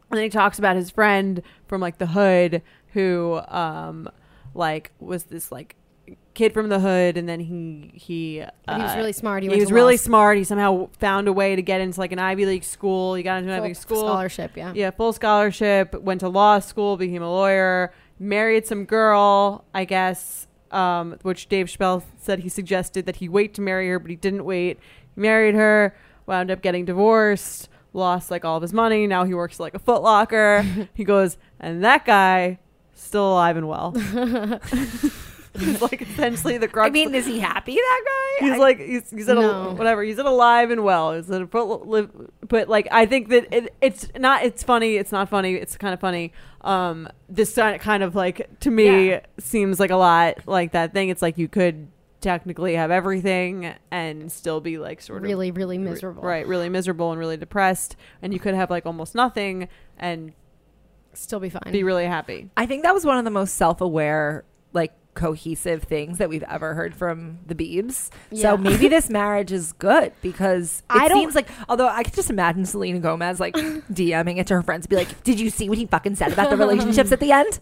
B: And then he talks about his friend from like the hood who um like was this like kid from the hood and then he he
A: But he was
B: uh,
A: really smart. He,
B: he,
A: went
B: was
A: to
B: really
A: law
B: smart. He somehow found a way to get into like an Ivy League school. He got into an Ivy League
A: school
B: school.
A: scholarship. Yeah.
B: Yeah, full scholarship. Went to law school, became a lawyer, married some girl, I guess. Um, which Dave Chappelle said he suggested that he wait to marry her, but he didn't wait. Married her, wound up getting divorced, lost like all of his money. Now he works like a Foot Locker. he goes, and that guy still alive and well. It's like essentially the crux.
C: I mean, is he happy that guy?
B: He's
C: I-
B: like he's, he's at
A: No.
B: a, whatever. He's at alive and well. He's at a put, live, but like I think that it, it's not. It's funny. It's not funny. It's kind of funny. Um, this kind kind of like to me
C: Yeah.
B: seems like a lot like that thing. It's like you could technically have everything and still be like sort
A: Really, really
B: of
A: miserable.
B: right? Really miserable and really depressed. And you could have like almost nothing and
A: Still be fine.
B: be really happy.
C: I think that was one of the most self-aware, like cohesive things that we've ever heard from the Beebs.
A: Yeah.
C: So maybe this marriage is good because it
A: I don't-
C: seems like. Although I could just imagine Selena Gomez like DMing it to her friends, be like, "Did you see what he fucking said about the relationships at the end?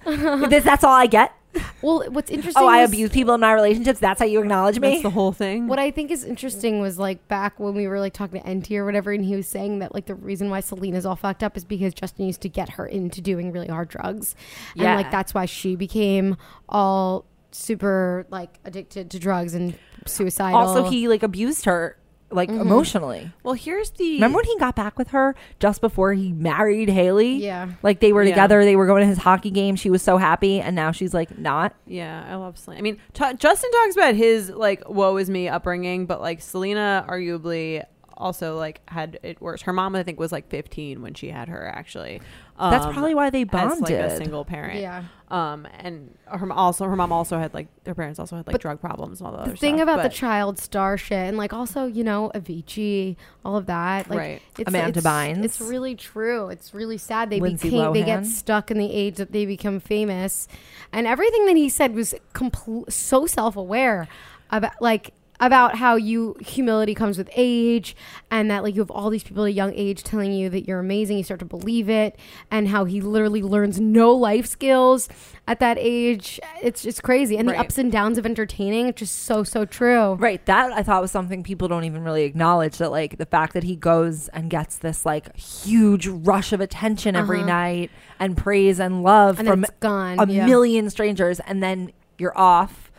C: This, that's all I get.
A: well, what's interesting?
C: Oh, I
A: was-
C: abuse people in my relationships. That's how you acknowledge
B: That's
C: me."
B: the whole thing.
A: What I think is interesting was like back when we were like talking to NT or whatever, and he was saying that like the reason why Selena's all fucked up is because Justin used to get her into doing really hard drugs.
C: Yeah.
A: And like that's why she became all super like addicted to drugs and suicidal.
C: also, he like abused her like
A: Mm-hmm.
C: emotionally.
B: Well, here's the
C: Remember when he got back with her just before he married Haley?
A: Yeah.
C: Like they were
B: Yeah.
C: together, they were going to his hockey game. She was so happy, and now she's like not.
B: Yeah, I love Selena. I mean, t- Justin talks about his like woe is me upbringing, but like Selena arguably also like had it worse. Her mom I think was like 15 when she had her actually. Um,
C: That's probably why they
B: as like a
C: bonded.
B: single parent.
A: Yeah.
B: Um, and her also her mom also had like her parents also had like drug problems and all that.
A: The
B: other
A: thing
B: stuff,
A: about the
B: but-
A: child star shit, and like also you know Avicii, all of that, like
B: Right.
A: it's,
C: Amanda
A: it's,
C: Bynes.
A: It's really true. It's really sad. They
C: Lindsay
A: became they get
C: Lohan.
A: stuck in the age that they become famous, and everything that he said was compl- so self aware about like about how you humility comes with age and that like you have all these people at a young age telling you that you're amazing you start to believe it and how he literally learns no life skills at that age it's it's crazy and
B: Right.
A: the ups and downs of entertaining just so so true
C: Right. That I thought was something people don't even really acknowledge that like the fact that he goes and gets this like huge rush of attention every
A: Uh-huh.
C: night and praise and love
A: and then
C: from
A: it's gone
C: a
A: yeah.
C: million strangers and then you're off.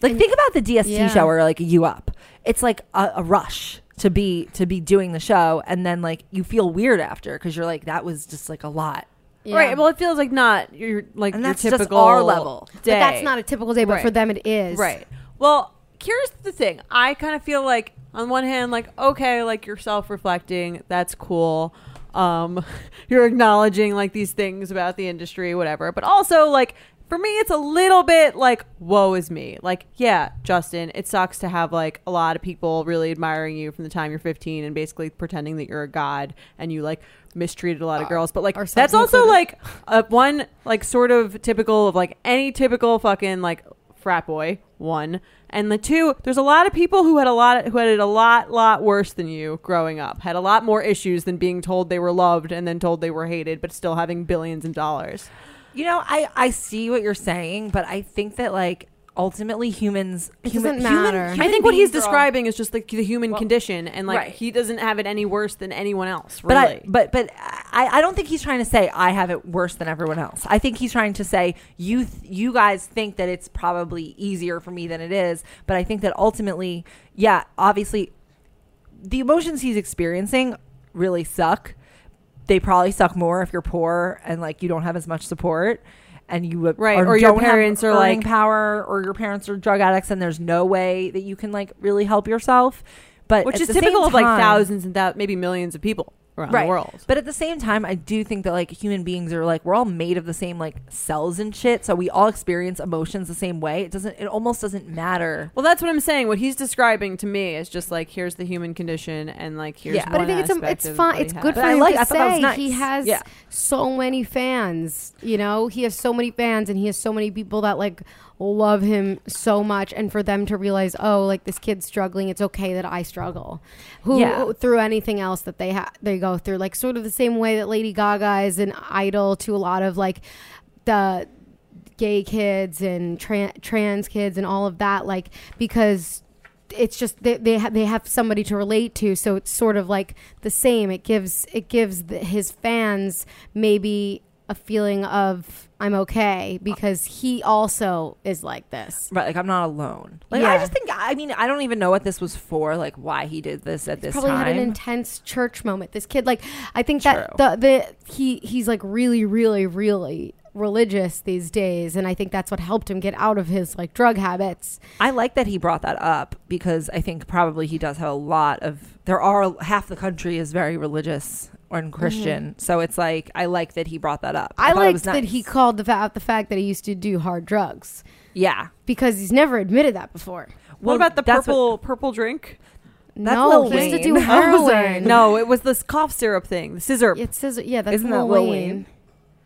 C: Like
A: And-
C: think about the DST
A: Yeah.
C: show or like you up. It's like a, a rush to be to be doing the show and then like you feel weird after because you're like that was just like a lot.
A: Yeah.
B: Right. Well, it feels like not your like
C: And
B: your
C: that's just
B: typical
C: our level.
B: Day.
A: but that's not a typical day but
B: Right.
A: for them it is
B: Right. Well, here's the thing. I kind of feel like on one hand, like okay, like you're self-reflecting. That's cool. Um, you're acknowledging like these things about the industry, whatever. But also like. For me, it's a little bit like, woe is me. Like, yeah, Justin, it sucks to have like a lot of people really admiring you from the time you're 15 and basically pretending that you're a god and you like mistreated a lot of girls. But like,
A: ourselves
B: that's also
A: included.
B: like, like uh, one like sort of typical of like any typical fucking like frat boy one and the two there's a lot of people who had a lot who had it a lot lot worse than you growing up had a lot more issues than being told they were loved and then told they were hated but still having billions in dollars
C: You know, I I see what you're saying, but I think that like ultimately humans
A: It
C: human-
A: doesn't
C: human-
A: matter.
C: human
B: i think what
C: beings
B: he's
C: are all-
B: describing is just like the human
C: Well,
B: condition and like
C: right.
B: he doesn't have it any worse than anyone else
C: But
B: really
C: I, but but I, I don't think he's trying to say I have it worse than everyone else. I think he's trying to say you th- you guys think that it's probably easier for me than it is. But I think that ultimately, yeah, obviously, the emotions he's experiencing really suck. They probably suck more if you're poor and like you don't have as much support. And you uh,
B: Right, or your
C: don't have
B: parents are,
C: earning
B: like-
C: power, or your parents are drug addicts, and there's no way that you can like really help yourself. But
B: which
C: at
B: is
C: the
B: typical
C: same
B: of like
C: time-
B: thousands and thou- maybe millions of people around the world
C: but at the same time, I do think that like human beings are like we're all made of the same like cells and shit, so we all experience emotions the same way. It doesn't. It almost doesn't matter.
B: Well, that's what I'm saying. What he's describing to me is just like here's the human condition, and like here's
C: Yeah.
B: yeah.
A: but I think it's um, it's fine. It's good for
C: But I
A: him
C: like-
A: to
C: I thought that was
A: say
C: nice.
A: he has
C: Yeah.
A: so many fans. You know, he has so many fans, and he has so many people that like love him so much. And for them to realize, oh, like this kid's struggling, it's okay that I struggle. Who
C: Yeah.
A: through anything else that they ha- they go through, like sort of the same way that Lady Gaga is an idol to a lot of like the gay kids and tran trans kids and all of that like because it's just they they, ha- they have somebody to relate to so it's sort of like the same it gives it gives the, his fans maybe a feeling of i'm okay because he also is like this
C: Right, like I'm not alone. Like I
A: Yeah.
C: just think. I mean, I don't even know what this was for. Like why he did this at this
A: probably
C: time.
A: had an intense church moment this kid like i think
C: True.
A: that the, the he he's like really really really religious these days and i think that's what helped him get out of his like drug habits
C: I like that he brought that up because I think probably he does have a lot of. There are half the country is very religious and Christian, so it's like I like that he brought that up.
A: Mm-hmm. I
C: thought it
A: liked
C: was
A: that
C: nice.
A: he called the fa- out the fact that he used to do hard drugs
C: Yeah.
A: because he's never admitted that before.
B: What about the
C: that's what-
B: purple purple drink?
C: That's
A: no,
C: Lil
A: he used to
C: Wayne.
A: do
C: That was
A: heroin.
C: Wayne.
B: No, it was this cough syrup thing, the scissor.
A: it says yeah. That's
C: Isn't
A: Isn't
C: that
A: Lil
C: Lil
A: Wayne.
C: Wayne?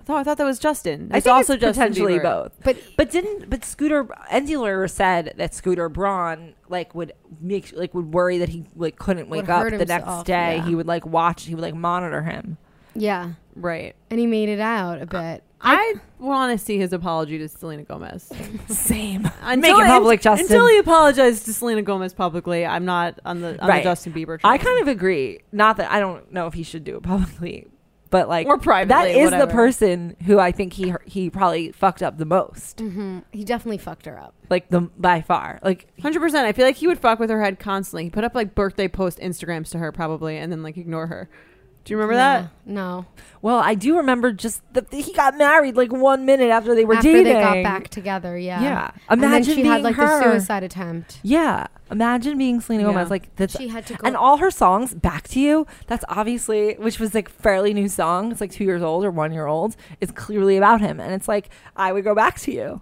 B: I thought I thought that was Justin.
C: I
B: It's
C: think
B: also
C: it's
B: Justin
C: potentially
B: Bieber.
C: both.
A: But
C: But didn't but Scooter and Dealer said that Scooter Braun like would make like would worry that he like couldn't wake
A: Would
C: up
A: hurt
C: the
A: himself,
C: next day.
A: yeah.
C: He would like watch. He would like monitor him.
A: yeah,
B: Right.
A: and he made it out a bit.
B: I, want to see his apology to Selena Gomez.
C: Same.
B: Until-
C: it public,
B: un-
C: Justin.
B: Until he apologized to Selena Gomez publicly, I'm not on the, on
C: Right.
B: the Justin Bieber. Train.
C: I kind of agree. Not that I don't know if he should do it publicly, but like
B: Or privately,
C: that is
B: whatever.
C: the person who I think he he probably fucked up the most,
A: Mm. He definitely fucked her up.
C: like the by far. Like
B: Hundred percent. I feel like he would fuck with her head constantly. He put up like birthday post Instagrams to her probably, and then like ignore her. Do you remember that?
A: No.
C: Well, I do remember just that he got married like one minute after they were
A: After
C: dating.
A: they got back together, yeah.
C: Yeah.
A: And then
C: Imagine
A: she had
C: being
A: like
C: her.
A: the suicide attempt.
C: Yeah. Imagine being Selena
B: Yeah.
C: Gomez. Like that's
A: She had to go.
C: and all her songs, Back to You, that's obviously which was like fairly new song. It's like two years old or one year old. It's clearly about him. And it's like, I would go back to you.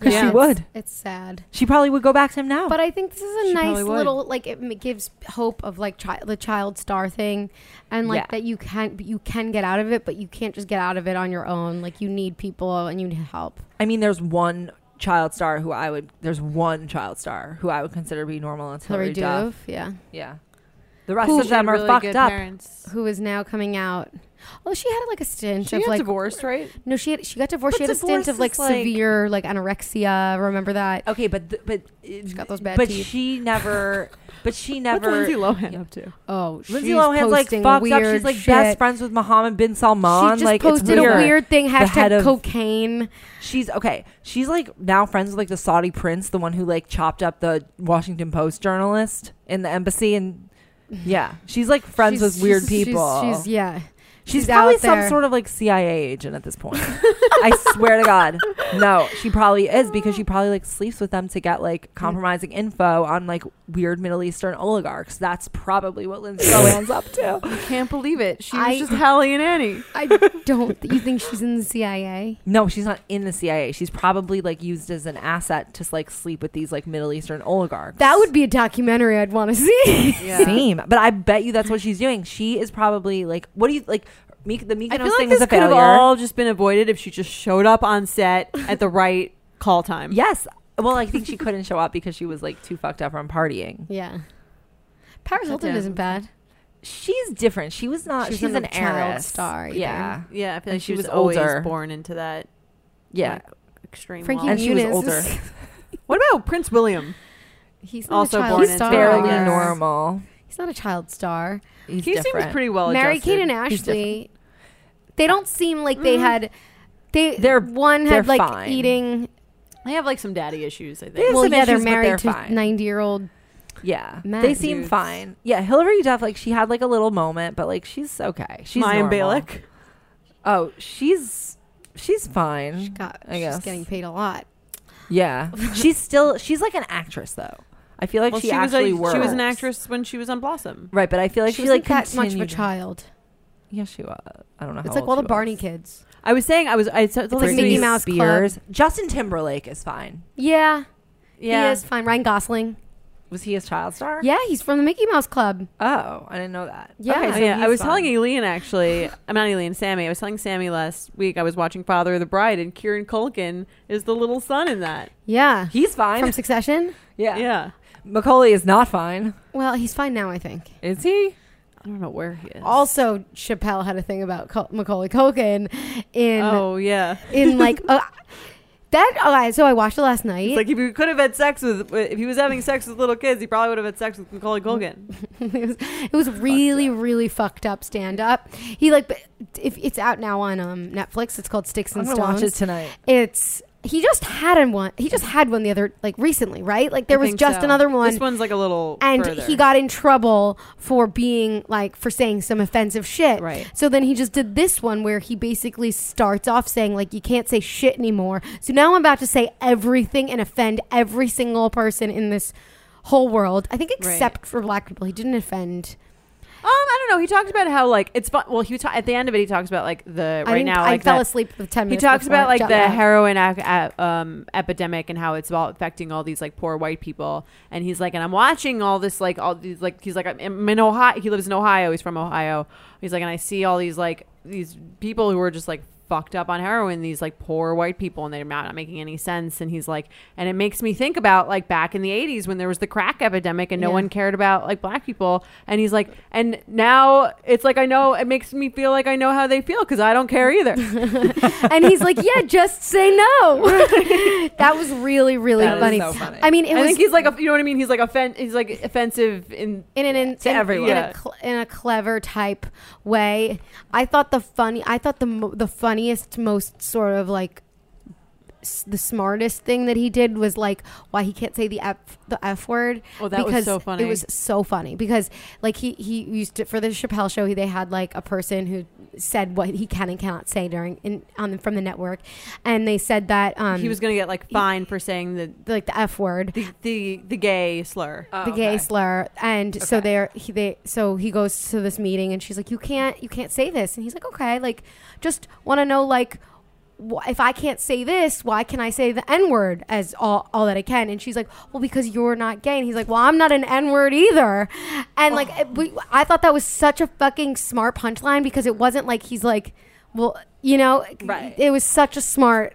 C: Because
B: Yeah.
C: she
A: it's-
C: would.
A: It's sad.
C: She probably would go back to him now.
A: But I think this is a
B: She
A: nice
B: probably would.
A: little like it m- gives hope of like chi- the child star thing, and like
C: Yeah.
A: that you can you can get out of it, but you can't just get out of it on your own. Like you need people and you need help.
C: I mean, there's one child star who I would there's one child star who I would consider to be normal and it's
A: Hillary
C: Hillary
A: Duff,
C: Duff.
A: yeah,
C: Yeah. The rest
B: Who
C: of them
B: had
C: are
B: really
C: fucked
B: good
C: up.
B: Parents.
A: who is now coming out. Oh, she had like a stint
B: She
A: of
B: got
A: like
B: divorced, right?
A: no, she had, she got divorced.
C: But
A: she had a stint
C: divorce
A: of like,
C: is, like- Oh,
A: severe like anorexia. Remember that?
C: Okay, but th- but she's
A: got those bad
C: But
A: teeth.
C: she never. But she
B: What's Lindsay
C: never.
B: Lohan up to?
A: Oh,
C: Lindsay
A: she's
C: Lohan's like
A: posting
C: fucked up.
A: weird
C: She's like
A: shit.
C: best friends with Mohammed bin Salman.
A: She just
C: like
A: posted
C: it's weird.
A: a weird thing.
C: head
A: Hashtag
C: of-
A: cocaine.
C: She's okay. She's like now friends with like the Saudi prince, the one who like chopped up the Washington Post journalist in the embassy, and yeah, she's like friends
A: She's-
C: with weird
A: she's- she's-
C: people.
A: She's, yeah. she's
C: She's, probably
A: out there.
C: some sort of like CIA agent at this point. I swear to God, no, she probably is because she probably like sleeps with them to get like compromising info on like weird Middle Eastern oligarchs. That's probably what Lindsay Lohan's up to.
B: I can't believe it. She was
A: I-
B: just Hallie and Annie.
A: I don't. th- you think she's in the CIA?
C: No, she's not in the CIA. She's probably like used as an asset to like sleep with these like Middle Eastern oligarchs.
A: That would be a documentary I'd want to see.
C: seem, but I bet you that's what she's doing. She is probably like, what do you like? Meek, the Mykonos
B: I feel like
C: thing
B: this
C: was a
B: could have
C: failure.
B: all just been avoided if she just showed up on set at the right call time.
C: yes. Well, I think she couldn't show up because she was like too fucked up from partying.
A: yeah. Paris Hilton
B: Goddamn.
A: isn't bad.
C: She's different. She was not.
A: She's
C: She's,
A: not
C: an
A: a child
C: heiress.
A: star either.
C: Yeah.
B: Yeah, I feel like
C: And
B: she
C: she
B: was,
C: was
B: always
C: older.
B: born into that
C: Yeah.
B: like, extreme.
A: Frankie
B: wall.
C: And she was
A: Muniz
C: older.
A: is-
B: What about Prince William?
A: he's not
B: Also
A: a child
B: born in
A: star.
C: Fairly
B: Yes.
C: normal.
A: He's not a child star.
C: He's
B: he
C: different.
B: seems pretty well.
A: Mary
B: adjusted.
A: Kate and
C: He's
A: Ashley. They don't seem like they
B: Mm.
A: had. They
C: They're-
A: one
C: they're
A: had like
C: fine.
A: eating.
B: They have like some daddy issues. I think.
C: They have
A: well,
C: some
A: yeah, they're
C: issues, but they're
A: married to
C: fine.
A: ninety year old.
C: Yeah, they
A: Men.
C: seem
B: Dudes.
C: fine. Yeah, Hillary Duff, like she had like a little moment, but like she's okay. She's
B: Mayim
C: normal.
B: Bialik.
C: Oh, she's she's fine.
A: She got,
C: I
A: she's
C: guess.
A: getting paid a lot.
C: yeah, she's still she's like an actress though. I feel like
B: Well,
C: she,
B: she, was
C: actually
B: a,
C: works.
B: she was an actress when she was on Blossom.
C: right? But I feel like
A: she
C: she,
A: wasn't
C: like
A: that much of a
C: continued-
A: child.
C: Yeah, she was. I don't know.
A: It's
C: how
A: like
C: old
A: all the
C: she
A: Barney
C: was.
A: kids.
B: I was saying I was. I said
A: like
B: like
A: Mickey
B: Mickey
A: Mouse. Club.
B: Mouse.
C: Spears. Justin Timberlake is fine.
A: Yeah,
B: Yeah,
A: he is fine. Ryan Gosling.
C: Was he a child star?
A: Yeah, he's from the Mickey Mouse Club.
C: Oh, I didn't know that.
A: Yeah.
C: Okay,
B: Oh,
C: so
B: yeah, I
C: he's
B: was
C: fine.
B: telling Eileen actually. I'm not Eileen. Sammy. I was telling Sammy last week. I was watching Father of the Bride, and Kieran Culkin is the little son in that.
A: Yeah,
C: he's fine.
A: from Succession.
C: yeah.
B: Yeah,
C: yeah, Macaulay is not fine.
A: Well, he's fine now, I think.
C: Is he?
B: I don't know where he is.
A: Also, Chappelle had a thing about Col- Macaulay Culkin in
B: oh yeah.
A: in like uh, that. Okay, so I watched it last night.
B: It's like if he could have had sex with, if he was having sex with little kids, he probably would have had sex with Macaulay Culkin.
A: it was it was really really fucked up stand up. He like b- if it's out now on um Netflix. It's called Sticks
C: I'm
A: and
C: gonna
A: Stones.
C: watch it tonight.
A: it's he just had an one. He just had one the other like recently, right? Like there
B: I
A: was
B: think
A: just
B: so.
A: another one.
B: This one's like a little.
A: and
B: further.
A: he got in trouble for being like for saying some offensive shit.
B: Right.
A: So then he just did this one where he basically starts off saying like you can't say shit anymore. So now I'm about to say everything and offend every single person in this whole world. I think except for black people, he didn't offend.
B: Um, I don't know. He talked about how like it's fun. Well, he ta- at the end of it, he talks about like the
A: I
B: right
A: didn't,
B: now.
A: I
B: Like
A: fell
B: that-
A: asleep with ten
B: He
A: minutes.
B: talks
A: before
B: about like
A: jet
B: the
A: lag.
B: heroin ac- a- um, epidemic and how it's all affecting all these like poor white people. And he's like, and I'm watching all this like all these like he's like I'm- I'm in Ohio. He lives in Ohio. He's from Ohio. He's like, and I see all these like these people who are just like fucked up on heroin these like poor white people and they're not, not making any sense and he's like and it makes me think about like back in the 80s when there was the crack epidemic and no
A: Yeah.
B: one cared about like black people and he's like and now it's like i know it makes me feel like i know how they feel because i don't care either
A: and he's like, "Yeah, just say no." that was really, really
C: That is
A: funny.
C: so funny.
A: I mean, it
B: i
A: was
B: think he's like a, you know what i mean he's like offen- he's like offensive in
A: in an in,
C: To
A: in-
C: everyone.
A: in
B: Yeah.
A: a, cl- in a clever type way. I thought the funny, I thought the mo- the funniest, most sort of like s- the smartest thing that he did was like why he can't say the f the f word.
B: Oh, that was
A: because
B: so funny.
A: It was so funny because like he he used to for the Chappelle show he- they had like a person who said what he can and cannot say during in on from the network, and they said that um
B: he was gonna get like fined for saying the
A: like the f word.
B: the the, the gay slur
C: Oh,
A: the gay
C: okay.
A: slur and so
C: Okay.
A: there he they so he goes to this meeting and she's like you can't you can't say this and he's like okay like just want to know like wh- if I can't say this, why can I say the N word as all, all that I can? And she's like, well, because you're not gay. And he's like, well, I'm not an N word either. And like,
C: Oh.
A: it- we, I thought that was such a fucking smart punchline because it wasn't like he's like, well, you know,
C: Right.
A: it was such a smart,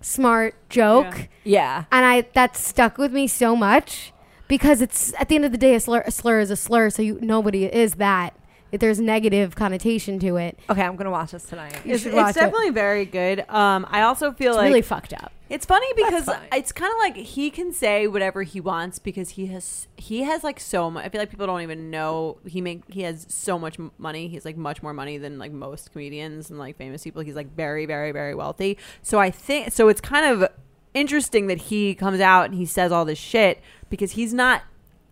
A: smart joke
B: Yeah.
C: Yeah.
A: and I that stuck with me so much because it's at the end of the day a slur, a slur is a slur so you nobody is that if there's negative connotation to it
C: Okay, I'm gonna watch this tonight.
A: you
B: it's,
A: should
B: it's
A: watch it.
B: definitely very good um i also feel
A: it's
B: like
A: really fucked up
B: It's funny because
C: fine.
B: it's kind of like he can say whatever he wants because he has he has like so much. I feel like people don't even know he make he has so much m- money. He's like much more money than like most comedians and like famous people. He's like very very very wealthy. So I think so. It's kind of interesting that he comes out and he says all this shit because he's not.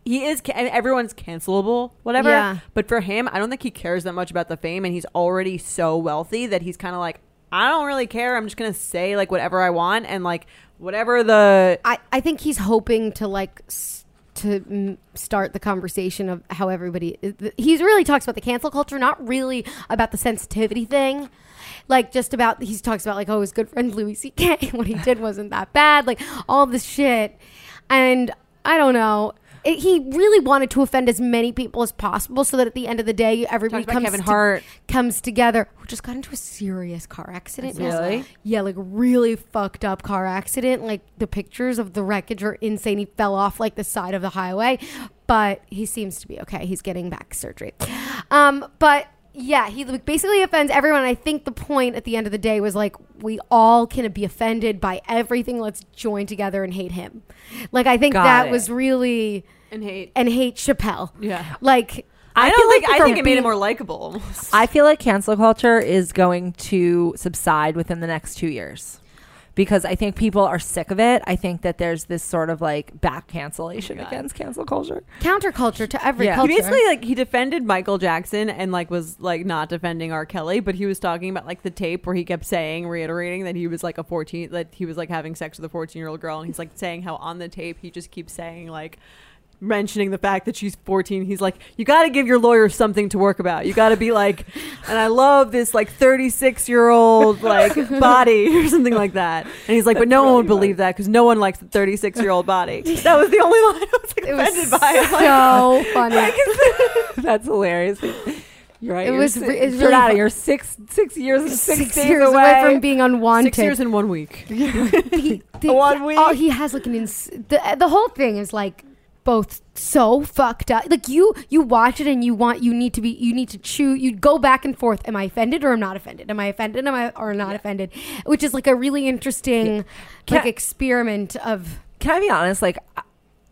B: He is, ca- and everyone's cancelable, whatever.
A: Yeah.
B: But for him, I don't think he cares that much about the fame, and he's already so wealthy that he's kind of like, I don't really care. I'm just gonna say like whatever I want, and like whatever the
A: I, I think he's hoping to like s- to mm, start the conversation of how everybody he's really talks about the cancel culture not really about the sensitivity thing like just about he talks about like oh his good friend Louis CK what he did wasn't that bad like all this shit and I don't know it, he really wanted to offend as many people as possible so that at the end of the day everybody
B: talks about
A: comes
B: Kevin
A: to-
B: Hart.
A: comes together who just got into a serious car accident
B: Really?
A: yeah like really fucked up car accident like the pictures of the wreckage are insane he fell off like the side of the highway but he seems to be okay he's getting back surgery um but yeah he like, basically offends everyone and i think the point at the end of the day was like we all can be offended by everything let's join together and hate him like i think
C: Got
A: that
C: it.
A: was really
B: and hate.
A: and hate chappelle
B: Yeah.
A: like
B: I,
C: feel
B: don't
C: like
B: think I
C: for
B: think it made
C: being-
B: it more likable. Almost.
C: I feel like cancel culture is going to subside within the next two years because I think people are sick of it. I think that there's this sort of like back cancellation
A: Oh
B: God.
C: against cancel culture.
A: counterculture to every
C: Yeah. He
B: He
A: culture
B: basically like he defended Michael Jackson and like was like not defending R. Kelly, but he was talking about like the tape where he kept saying, reiterating that he was like a fourteen that he was like having sex with a fourteen year old girl and he's like saying how on the tape he just keeps saying like mentioning the fact that she's 14 he's like you got to give your lawyer something to work about you got to be like and i love this like 36 year old like body or something like that and he's like but no one would believe that because no one likes the 36 year old body that was the only line i was like
A: it was
B: offended by I'm like,
A: so funny
C: That's hilarious. You're right.
A: It
C: you're
A: was
C: si-
A: re- it's
C: you're
A: really
C: out of
A: fu-
C: your six six years and six,
A: six
C: days
A: years away. from being unwanted.
B: Six years in one week.
A: He- the-
B: One
A: yeah,
B: week.
A: Oh, he has like an ins- the the whole thing is like both so fucked up. Like you you watch it and you want you need to be you need to chew. You go back and forth. Am I offended or am not offended? Am I offended? Am I or not offended? Which is like a really interesting
C: Can
A: like
C: I-
A: experiment of
C: Can I be honest? Like, I-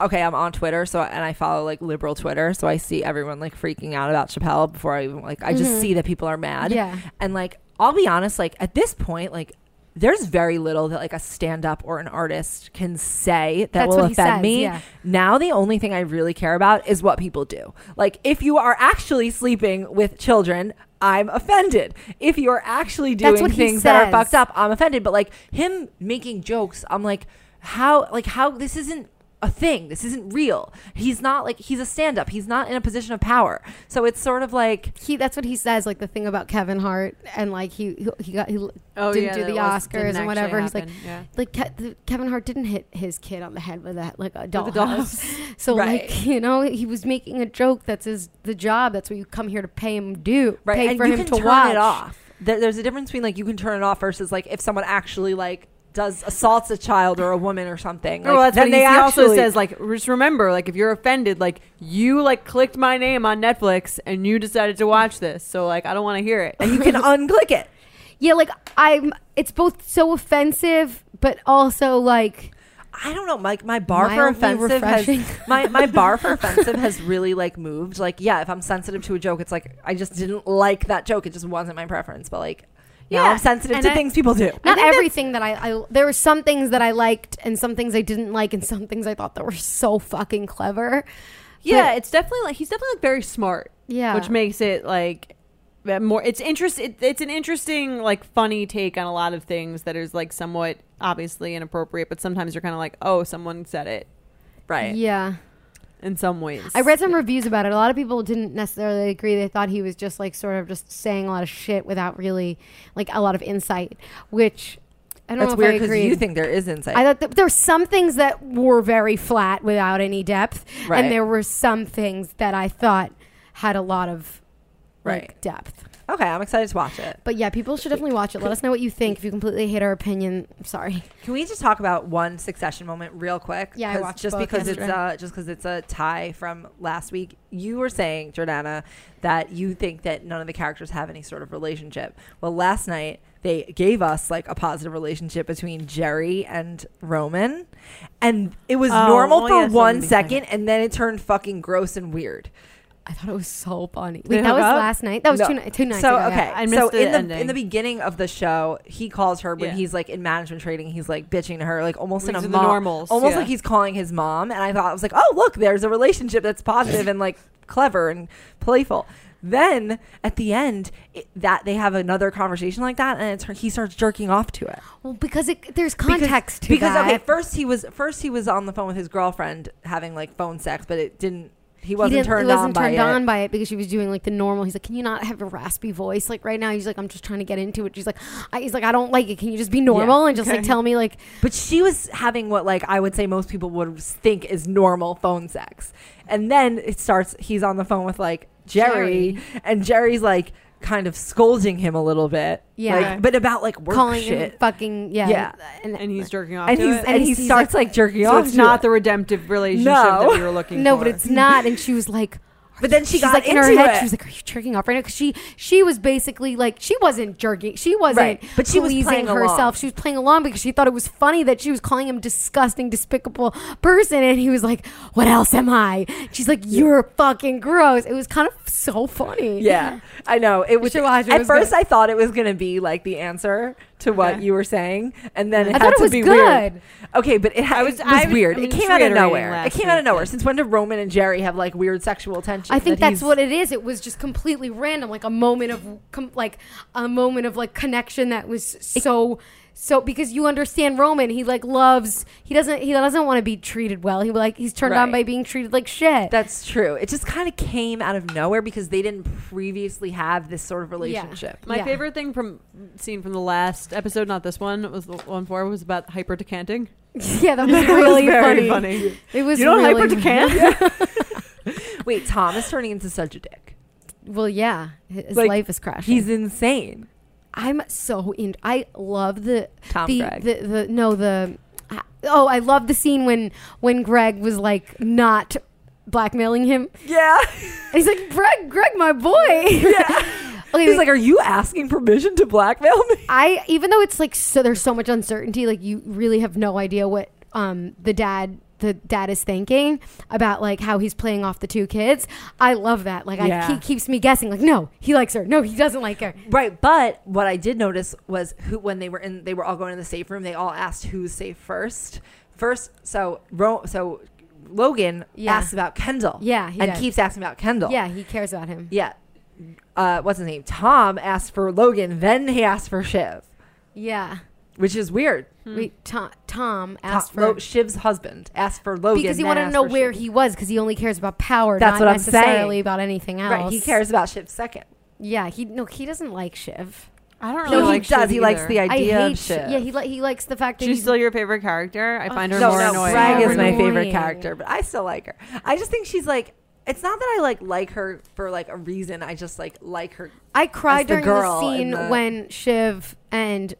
C: okay, I'm on Twitter, so and I follow like liberal Twitter, so I see everyone like freaking out about Chappelle before I even like. I
A: Mm-hmm.
C: just see that people are mad.
A: yeah.
C: And like, I'll be honest, like at this point, like there's very little that like a stand up or an artist can say that
A: That's
C: will
A: what he
C: offend
A: says,
C: me.
A: yeah.
C: Now the only thing I really care about is what people do. Like if you are actually sleeping with children, I'm offended. If you are actually
A: That's
C: doing
A: what he
C: things that are
A: says.
C: fucked up, I'm offended. But like him making jokes, I'm like, how like how this isn't a thing. This isn't real. He's not like he's a stand up. He's not in a position of power. So it's sort of like
A: He, that's what he says, like the thing about Kevin Hart, and like he he- he got he
B: Oh,
C: Oh,
A: didn't do the Oscars and whatever. He's like, like Ke- the, Kevin Hart didn't hit his kid on the head with that like a dollhouse. So like
C: Right.
A: you know he was making a joke. That's his the job. That's what you come here to pay him do.
C: right
A: Pay
C: and
A: for
C: you
A: him
C: can
A: to
C: turn
A: watch.
C: it off there, there's a difference between like you can turn it off versus like if someone actually like does assaults a child or a woman or something. Like,
B: well, that's what
C: then
B: he
C: they
B: also
C: actually-
B: says. Like, just remember, like, if you're offended, like, you like clicked my name on Netflix and you decided to watch this, so like, I don't want to hear it.
C: and you can unclick it.
A: Yeah, like I'm. It's both so offensive, but also like
C: I don't know. Like my bar for
A: Mildly
C: offensive
A: refreshing.
C: has my, my bar for offensive has really like moved. Like yeah, if I'm sensitive to a joke, it's like I just didn't like that joke. It just wasn't my preference. But like yeah,
B: Yeah,
C: I'm sensitive
A: and
C: to
A: I-
C: things people do.
A: not everything that I, I. There were some things that I liked, and some things I didn't like, and some things I thought that were so fucking clever.
B: Yeah, it's definitely like he's definitely like very smart.
A: Yeah.
B: which makes it like that more. It's interest. It, it's an interesting like funny take on a lot of things that is like somewhat obviously inappropriate, but sometimes you're kind of like, oh, someone said it
C: Right.
A: Yeah.
B: in some ways.
A: I read some reviews about it. A lot of people didn't necessarily agree. They thought he was just like sort of just saying a lot of shit without really like a lot of insight, which I don't
C: That's
A: know if
C: weird
A: I
C: because
A: agree.
C: you think there is insight.
A: I thought that there were some things that were very flat without any depth,
C: Right.
A: and there were some things that I thought had a lot of like,
C: Right.
A: depth.
C: okay, I'm excited to watch it.
A: But yeah, people should definitely watch it. Let us know what you think. If you completely hate our opinion, I'm sorry.
C: Can we just talk about one Succession moment real quick?
A: Yeah, I
C: 'Cause
A: watched
C: just
A: both
C: because it's
A: yesterday.
C: uh, just because it's a tie from last week. You were saying, Jordana, that you think that none of the characters have any sort of relationship. Well, last night they gave us like a positive relationship between Jerry and Roman, and it was
B: Oh,
C: normal
B: well,
C: for
B: yeah, some
C: one
B: be
C: second, and then it turned fucking gross and weird.
A: I thought it was so funny.
B: They
A: Wait, that
B: hook
A: was
B: up?
A: last night. That was
C: No.
A: two, ni- two nights
C: so
A: ago.
C: okay,
A: yeah.
B: I
C: so
B: missed the
C: in the in
B: ending.
C: the beginning of the show, he calls her when
B: Yeah.
C: he's like in management trading. He's like bitching to her, like almost in a
B: These are the
C: mom,
B: normals,
C: almost
B: yeah.
C: like he's calling his mom. And I thought I was like, oh look, there's a relationship that's positive and like clever and playful. Then at the end, it, that they have another conversation like that, and it's, he starts jerking off to it.
A: Well, because it, there's
C: Because-
A: context to
C: because,
A: that.
C: okay, first he was first he was on the phone with his girlfriend having like phone sex, but it didn't. He wasn't
A: didn't-
C: turned
A: he wasn't
C: on by
A: turned
C: it.
A: on by it because she was doing like the normal. He's like, "Can you not have a raspy voice like right now?" He's like, "I'm just trying to get into it." She's like, I, "He's like, I don't like it. Can you just be normal and just like
B: Okay.
A: tell me like
C: But she was having what, like, I would say most people would think is normal phone sex. And then it starts, he's on the phone with, like, Jerry, and Jerry's, like, kind of scolding him a little bit.
A: Yeah.
C: Like, but about, like, work
A: calling
C: shit.
A: him fucking yeah?"
C: Yeah.
B: and he's jerking off.
C: and,
B: to
C: he's,
B: it.
C: and,
A: And
C: he
A: he's
C: starts, like, jerking
B: so
C: off.
B: it's
C: to
B: not
C: it.
B: the redemptive relationship
C: No.
B: that we were looking
A: no,
B: for.
A: but it's not. And she was like.
C: But then she
A: she's
C: got
A: like in her
C: into
A: head.
C: it.
A: She was like, "Are you jerking off right now?" Because she she was basically like she wasn't jerking. She wasn't.
C: Right. But she was
A: pleasing
C: playing along.
A: herself. She was playing along because she thought it was funny that she was calling him disgusting, despicable person, and he was like, "What else am I?" She's like, "You're fucking gross." It was kind of so funny.
C: Yeah, I know. It was.
A: should watch it. It
C: At
A: was
C: first,
A: good.
C: I thought it was going to be like the answer to what
B: Okay.
C: you were saying, and then it
A: I
C: had
A: thought it
C: to
A: was
C: be
A: good.
C: weird. Okay, but it, ha-
B: I
C: it
B: was-
C: was,
B: I was-
C: weird.
B: I mean,
C: it came
B: just
C: out of
B: reiterating
C: nowhere. It
B: last
C: came out
B: week.
C: of nowhere. Since when did Roman and Jerry have like weird sexual tension?
A: I think
C: that
A: that's
C: he's-
A: what it is. It was just completely random, like a moment of com- like a moment of like connection that was so so because you understand Roman, he like loves he doesn't he doesn't want to be treated well. He like he's turned on
C: Right.
A: by being treated like shit.
C: That's true. It just kind of came out of nowhere because they didn't previously have this sort of relationship.
B: My
A: Yeah.
B: favorite thing from scene from the last episode, not this one, was the one before was about hyper decanting.
A: yeah, that was really funny.
B: very funny.
A: It was
B: You don't
A: really
B: hyper decant?
C: Wait, Tom is turning into such a dick.
A: Well, yeah, his
C: Like,
A: life is crashing.
C: He's insane.
A: I'm so in. I love the
C: Tom
A: the,
C: Gregg.
A: the the no the oh I love the scene when when Greg was like not blackmailing him.
C: Yeah.
A: And he's like Greg, Greg, my boy. okay,
C: He's like, "Are you asking permission to blackmail me?"
A: I even though it's like so there's so much uncertainty, like you really have no idea what um the dad the dad is thinking about like how he's playing off the two kids. I love that. Like
C: Yeah.
A: I, he keeps me guessing. Like no, he likes her. No, he doesn't like her.
C: Right, but what I did notice was who when they were in they were all going to the safe room, they all asked who's safe first. First, so Ro- so Logan
A: Yeah.
C: asks about Kendall.
A: Yeah, he
C: and
A: does.
C: keeps asking about Kendall.
A: Yeah, he cares about him.
C: Yeah. Uh, what's his name? Tom asked for Logan, then he asked for Shiv,
A: Yeah.
C: which is weird.
A: Wait, Tom, Tom asked
C: Hmm. Tom- Lo-
A: for
C: Shiv's husband asked for Logan
A: because he
C: then
A: wanted to
C: asked
A: know
C: for
A: where
C: Shiv.
A: he was because he only cares about power,
C: That's
A: not
C: what I'm
A: necessarily
C: saying.
A: about anything else.
C: Right, he cares about Shiv second.
A: Yeah, he no, he doesn't like Shiv.
B: I don't
A: No,
B: really
C: No, he
B: like
C: does.
B: Shiv
C: he likes
B: either.
C: the idea
A: I
C: of
A: hate. Shiv.
C: Shiv.
A: Yeah, he li- he likes the fact that
B: She's
A: he's-
B: still your favorite character. I
A: Oh,
B: find her
A: she's
C: no,
B: more
A: so
C: no,
B: annoying.
C: Greg is my
A: Annoying.
C: favorite character, but I still like her. I just think she's like It's not that I like like her for like a reason. I just like like her.
A: I
C: As
A: cried
C: the
A: during
C: girl
A: the scene
C: in the-
A: when Shiv and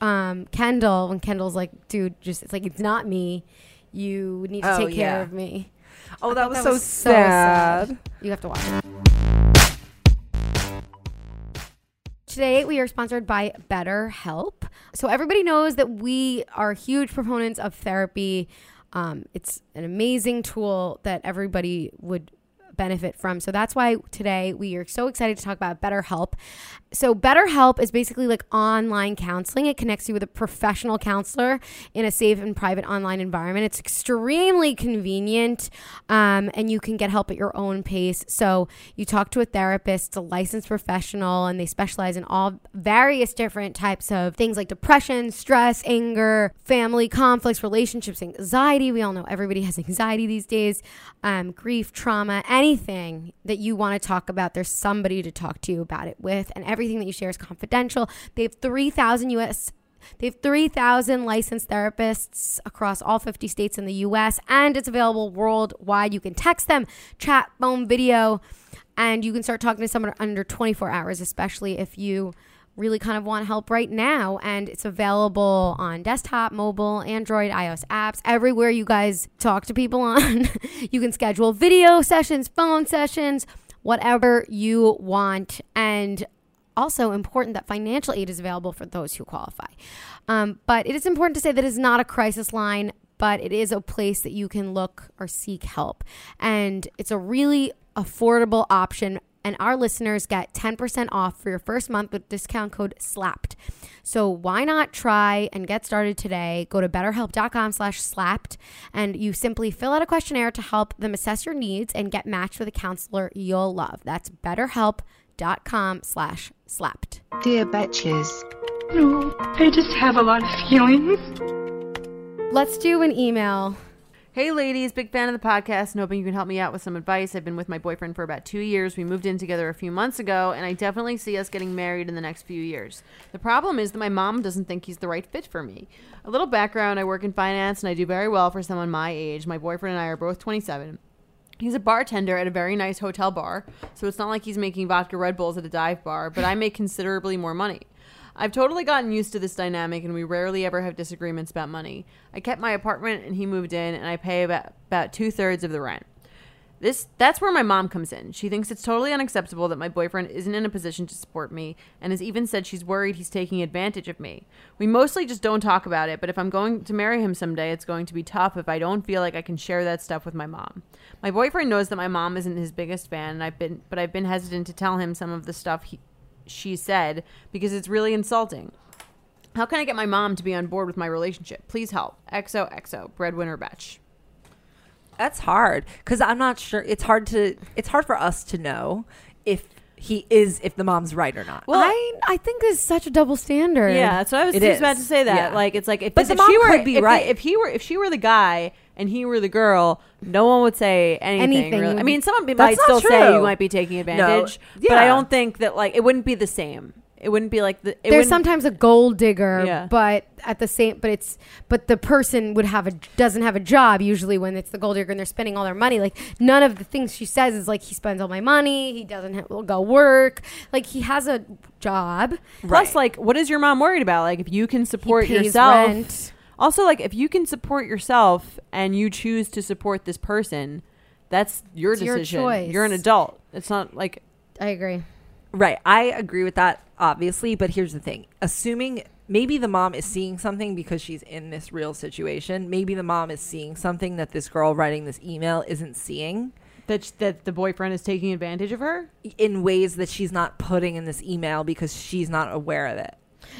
A: um, Kendall, when Kendall's like, dude, just it's like it's not me. You need to
C: Oh,
A: take care
C: yeah.
A: of me.
C: Oh,
A: I
C: that
A: thought
C: was so sad.
A: You have to watch it. Today we are sponsored by BetterHelp. So everybody knows that we are huge proponents of therapy. Um, it's an amazing tool that everybody would benefit from. So that's why today we are so excited to talk about BetterHelp. So BetterHelp is basically like online counseling. It connects you with a professional counselor in a safe and private online environment. It's extremely convenient, um, and you can get help at your own pace. So you talk to a therapist, a licensed professional, and they specialize in all various different types of things like depression, stress, anger, family conflicts, relationships, anxiety. We all know everybody has anxiety these days, um, grief, trauma, anything that you want to talk about. There's somebody to talk to you about it with, and everything that you share is confidential. They have 3,000 U.S. They have 3,000 licensed therapists across all 50 states in the US, and it's available worldwide. You can text them, chat, phone, video, and you can start talking to someone under 24 hours, especially if you really kind of want help right now. And it's available on desktop, mobile, Android, iOS apps, everywhere you guys talk to people on. you can schedule video sessions, phone sessions, whatever you want. And also important that financial aid is available for those who qualify. Um, but it is important to say that it's not a crisis line, but it is a place that you can look or seek help. And it's a really affordable option. And our listeners get 10% off for your first month with discount code SLAPPED. So why not try and get started today? Go to betterhelp.com slash slapped and you simply fill out a questionnaire to help them assess your needs and get matched with a counselor you'll love. That's betterhelp.com slash slapped.
D: Dear Betches.
E: No, I just have a lot of feelings.
A: Let's do an email.
B: Hey, ladies, big fan of the podcast and hoping you can help me out with some advice. I've been with my boyfriend for about two years. We moved in together a few months ago, and I definitely see us getting married in the next few years. The problem is that my mom doesn't think he's the right fit for me. A little background I work in finance, and I do very well for someone my age. My boyfriend and I are both 27. He's a bartender at a very nice hotel bar, so it's not like he's making vodka Red Bulls at a dive bar, but I make considerably more money. I've totally gotten used to this dynamic, and we rarely ever have disagreements about money. I kept my apartment, and he moved in, and I pay about, about two thirds of the rent. This that's where my mom comes in. She thinks it's totally unacceptable that my boyfriend isn't in a position to support me and has even said she's worried he's taking advantage of me. We mostly just don't talk about it, but if I'm going to marry him someday, it's going to be tough if I don't feel like I can share that stuff with my mom. My boyfriend knows that my mom isn't his biggest fan and I've been but I've been hesitant to tell him some of the stuff he she said because it's really insulting. How can I get my mom to be on board with my relationship? Please help. XOXO, breadwinner batch.
C: That's hard because I'm not sure. It's hard to. It's hard for us to know if he is if the mom's right or not.
A: Well, I, I think this is such a double standard.
B: Yeah, that's what I was
C: It
B: just about
C: is.
B: to say. That
C: Yeah.
B: like it's like if,
C: But
B: if
C: the
B: she
C: mom
B: were
C: could be
B: if he-
C: right.
B: if he were if she were the guy and he were the girl, no one would say anything.
A: Anything
B: really.
A: would
B: I
A: be-
B: mean, someone be- might
C: That's
B: still
C: not
B: say you
C: true.
B: might be taking advantage, but
C: Yeah.
B: I don't think that like it wouldn't be the same. It wouldn't be like the. It
A: There's
B: wouldn't-
A: sometimes a gold digger,
B: Yeah.
A: but at the same, but it's but the person would have a doesn't have a job usually when it's the gold digger and they're spending all their money. Like none of the things she says is like he spends all my money. He doesn't ha- will go work. Like he has a job.
B: Plus,
C: Right.
B: like, what is your mom worried about? Like, if you can support
A: pays
B: yourself,
A: rent.
B: also like if you can support yourself and you choose to support this person, that's your
A: It's your
B: decision.
A: choice.
B: You're an adult. It's not like
A: I agree.
C: Right. I agree with that, obviously. But here's the thing assuming maybe the mom is seeing something because she's in this real situation, maybe the mom is seeing something that this girl writing this email isn't seeing
B: that that the boyfriend is taking advantage of her.
C: in ways that she's not putting in this email because she's not aware of it.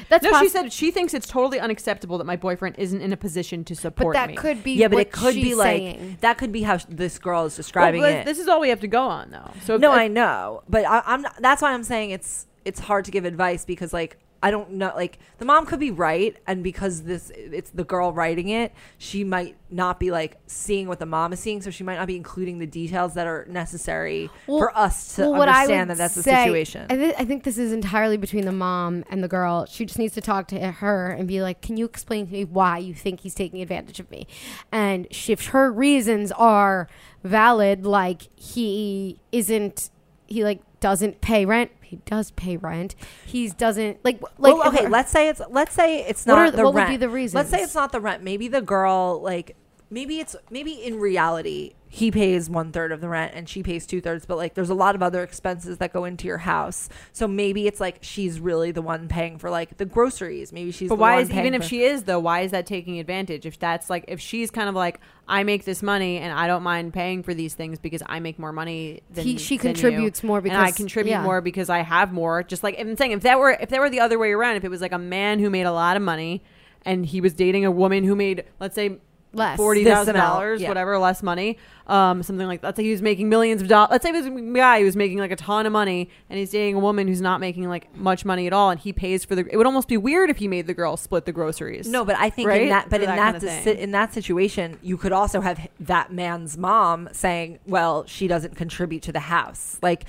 A: That's
B: No,
A: poss-
B: she said she thinks it's totally unacceptable that my boyfriend isn't in a position to
A: But
B: support
A: that
B: me.
A: could be
C: yeah, but
A: what
C: it could
A: she's
C: be like
A: saying.
C: that could be how sh- this girl is
B: Well,
C: describing
B: but
C: it.
B: This is all we have to go on, though. So if-
C: no,
B: if-
C: I know, but I, I'm not, that's why I'm saying it's it's hard to give advice because like I don't know. Like the mom could be right, and because this it's the girl writing it, she might not be like seeing what the mom is seeing, so she might not be including the details that are necessary
A: Well-
C: for us to
A: well, what I
C: understand
A: would
C: that that's the
A: say-
C: situation.
A: I, thi- I think this is entirely between the mom and the girl. She just needs to talk to her and be like, "Can you explain to me why you think he's taking advantage of me?" And she- if her reasons are valid, like he isn't, he like doesn't pay rent. He does pay rent. He's doesn't like w- like
C: Well,
A: if
C: okay,
A: her-
C: let's say it's let's say it's
A: What
C: not
A: are the-
C: the
A: what would
C: rent.
A: be the
C: Let's say
A: reasons?
C: it's not the rent. Maybe the girl like maybe it's maybe in reality he pays one third of the rent and she pays two thirds, but like there's a lot of other expenses that go into your house. So maybe it's like she's really the one paying for like the groceries. Maybe she's
B: But
C: the
B: why
C: one
B: is
C: paying
B: even if
C: for-
B: she is though? Why is that taking advantage? If that's like if she's kind of like I make this money and I don't mind paying for these things because I make more money. Than,
A: He- she
B: than you,
A: contributes more
B: and I
A: because-
B: contribute
A: yeah.
B: more because I have more. Just like I'm saying, if that were if that were the other way around, if it was like a man who made a lot of money and he was dating a woman who made let's say.
A: Less.
B: Forty thousand dollars,
C: This amount, yeah.
B: whatever, less money, um, something like. Let's say he was making millions of dollars. Let's say it was a guy who was making like a ton of money, and he's dating a woman who's not making like much money at all, and he pays for the. It would almost be weird if he made the girl split the groceries.
C: No, but I think
B: Right?
C: in that, but
B: Or
C: in
B: that
C: that,
B: kinda
C: deci-
B: thing.
C: in that situation, you could also have h- that man's mom saying, "Well, she doesn't contribute to the house." Like,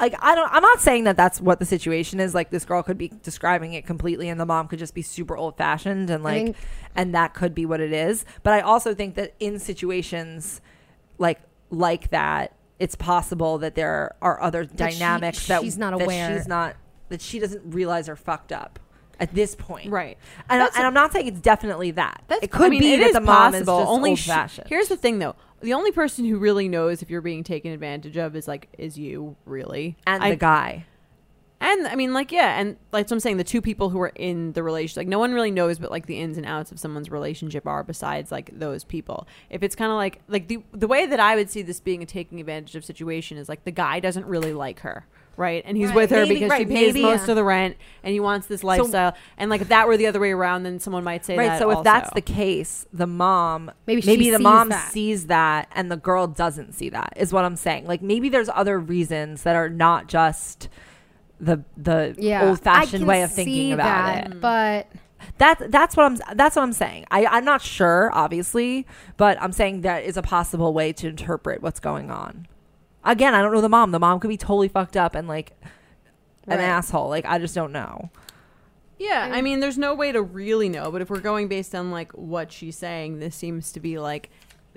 C: like I don't. I'm not saying that that's what the situation is. Like, this girl could be describing it completely, and the mom could just be super old fashioned, and like,
A: think-
C: and that could be what it is. But I also think that in situations like like that, it's possible that there are other
A: she-
C: dynamics that
A: she's not
C: that
A: aware.
C: she's not that she doesn't realize are fucked up at this point,
B: Right.
C: And,
B: That's-
C: and I'm not saying it's definitely that.
B: That's,
C: it could
B: I mean,
C: be
B: it
C: that
B: is
C: the mom
B: possible.
C: is just
B: only
C: old
B: sh-
C: fashioned.
B: Here's the thing, though: the only person who really knows if you're being taken advantage of is like is you really
C: and
B: I-
C: the guy.
B: And I mean, like, yeah, and like so I'm saying, the two people who are in the relationship, like, no one really knows what like the ins and outs of someone's relationship are besides like those people. If it's kind of like like the the way that I would see this being a taking advantage of situation is like the guy doesn't really like her. Right, and he's
A: Right.
B: with her
C: Maybe-
B: because she
C: right,
B: pays
C: maybe,
B: most
A: yeah.
B: of the rent, and he wants this lifestyle. and like if that were the other way around, then someone might say
C: Right.
B: that
C: So if that's
B: also.
C: the case, the mom
A: Maybe she
C: maybe the
A: sees
C: mom
A: that.
C: sees that and the girl doesn't see that is what I'm saying. Like maybe there's other reasons that are not just the the
A: yeah,
C: old
A: I
C: fashioned
A: can
C: way of
A: see
C: thinking about
A: that,
C: it.
A: but
C: That's that's what I'm that's what I'm saying. I, I'm not sure, obviously, but I'm saying that is a possible way to interpret what's going on. Again, I don't know the mom. The mom could be totally fucked up and like an
A: Right.
C: asshole. Like I just don't know.
B: Yeah, I mean, there's no way to really know, but if we're going based on like what she's saying, this seems to be like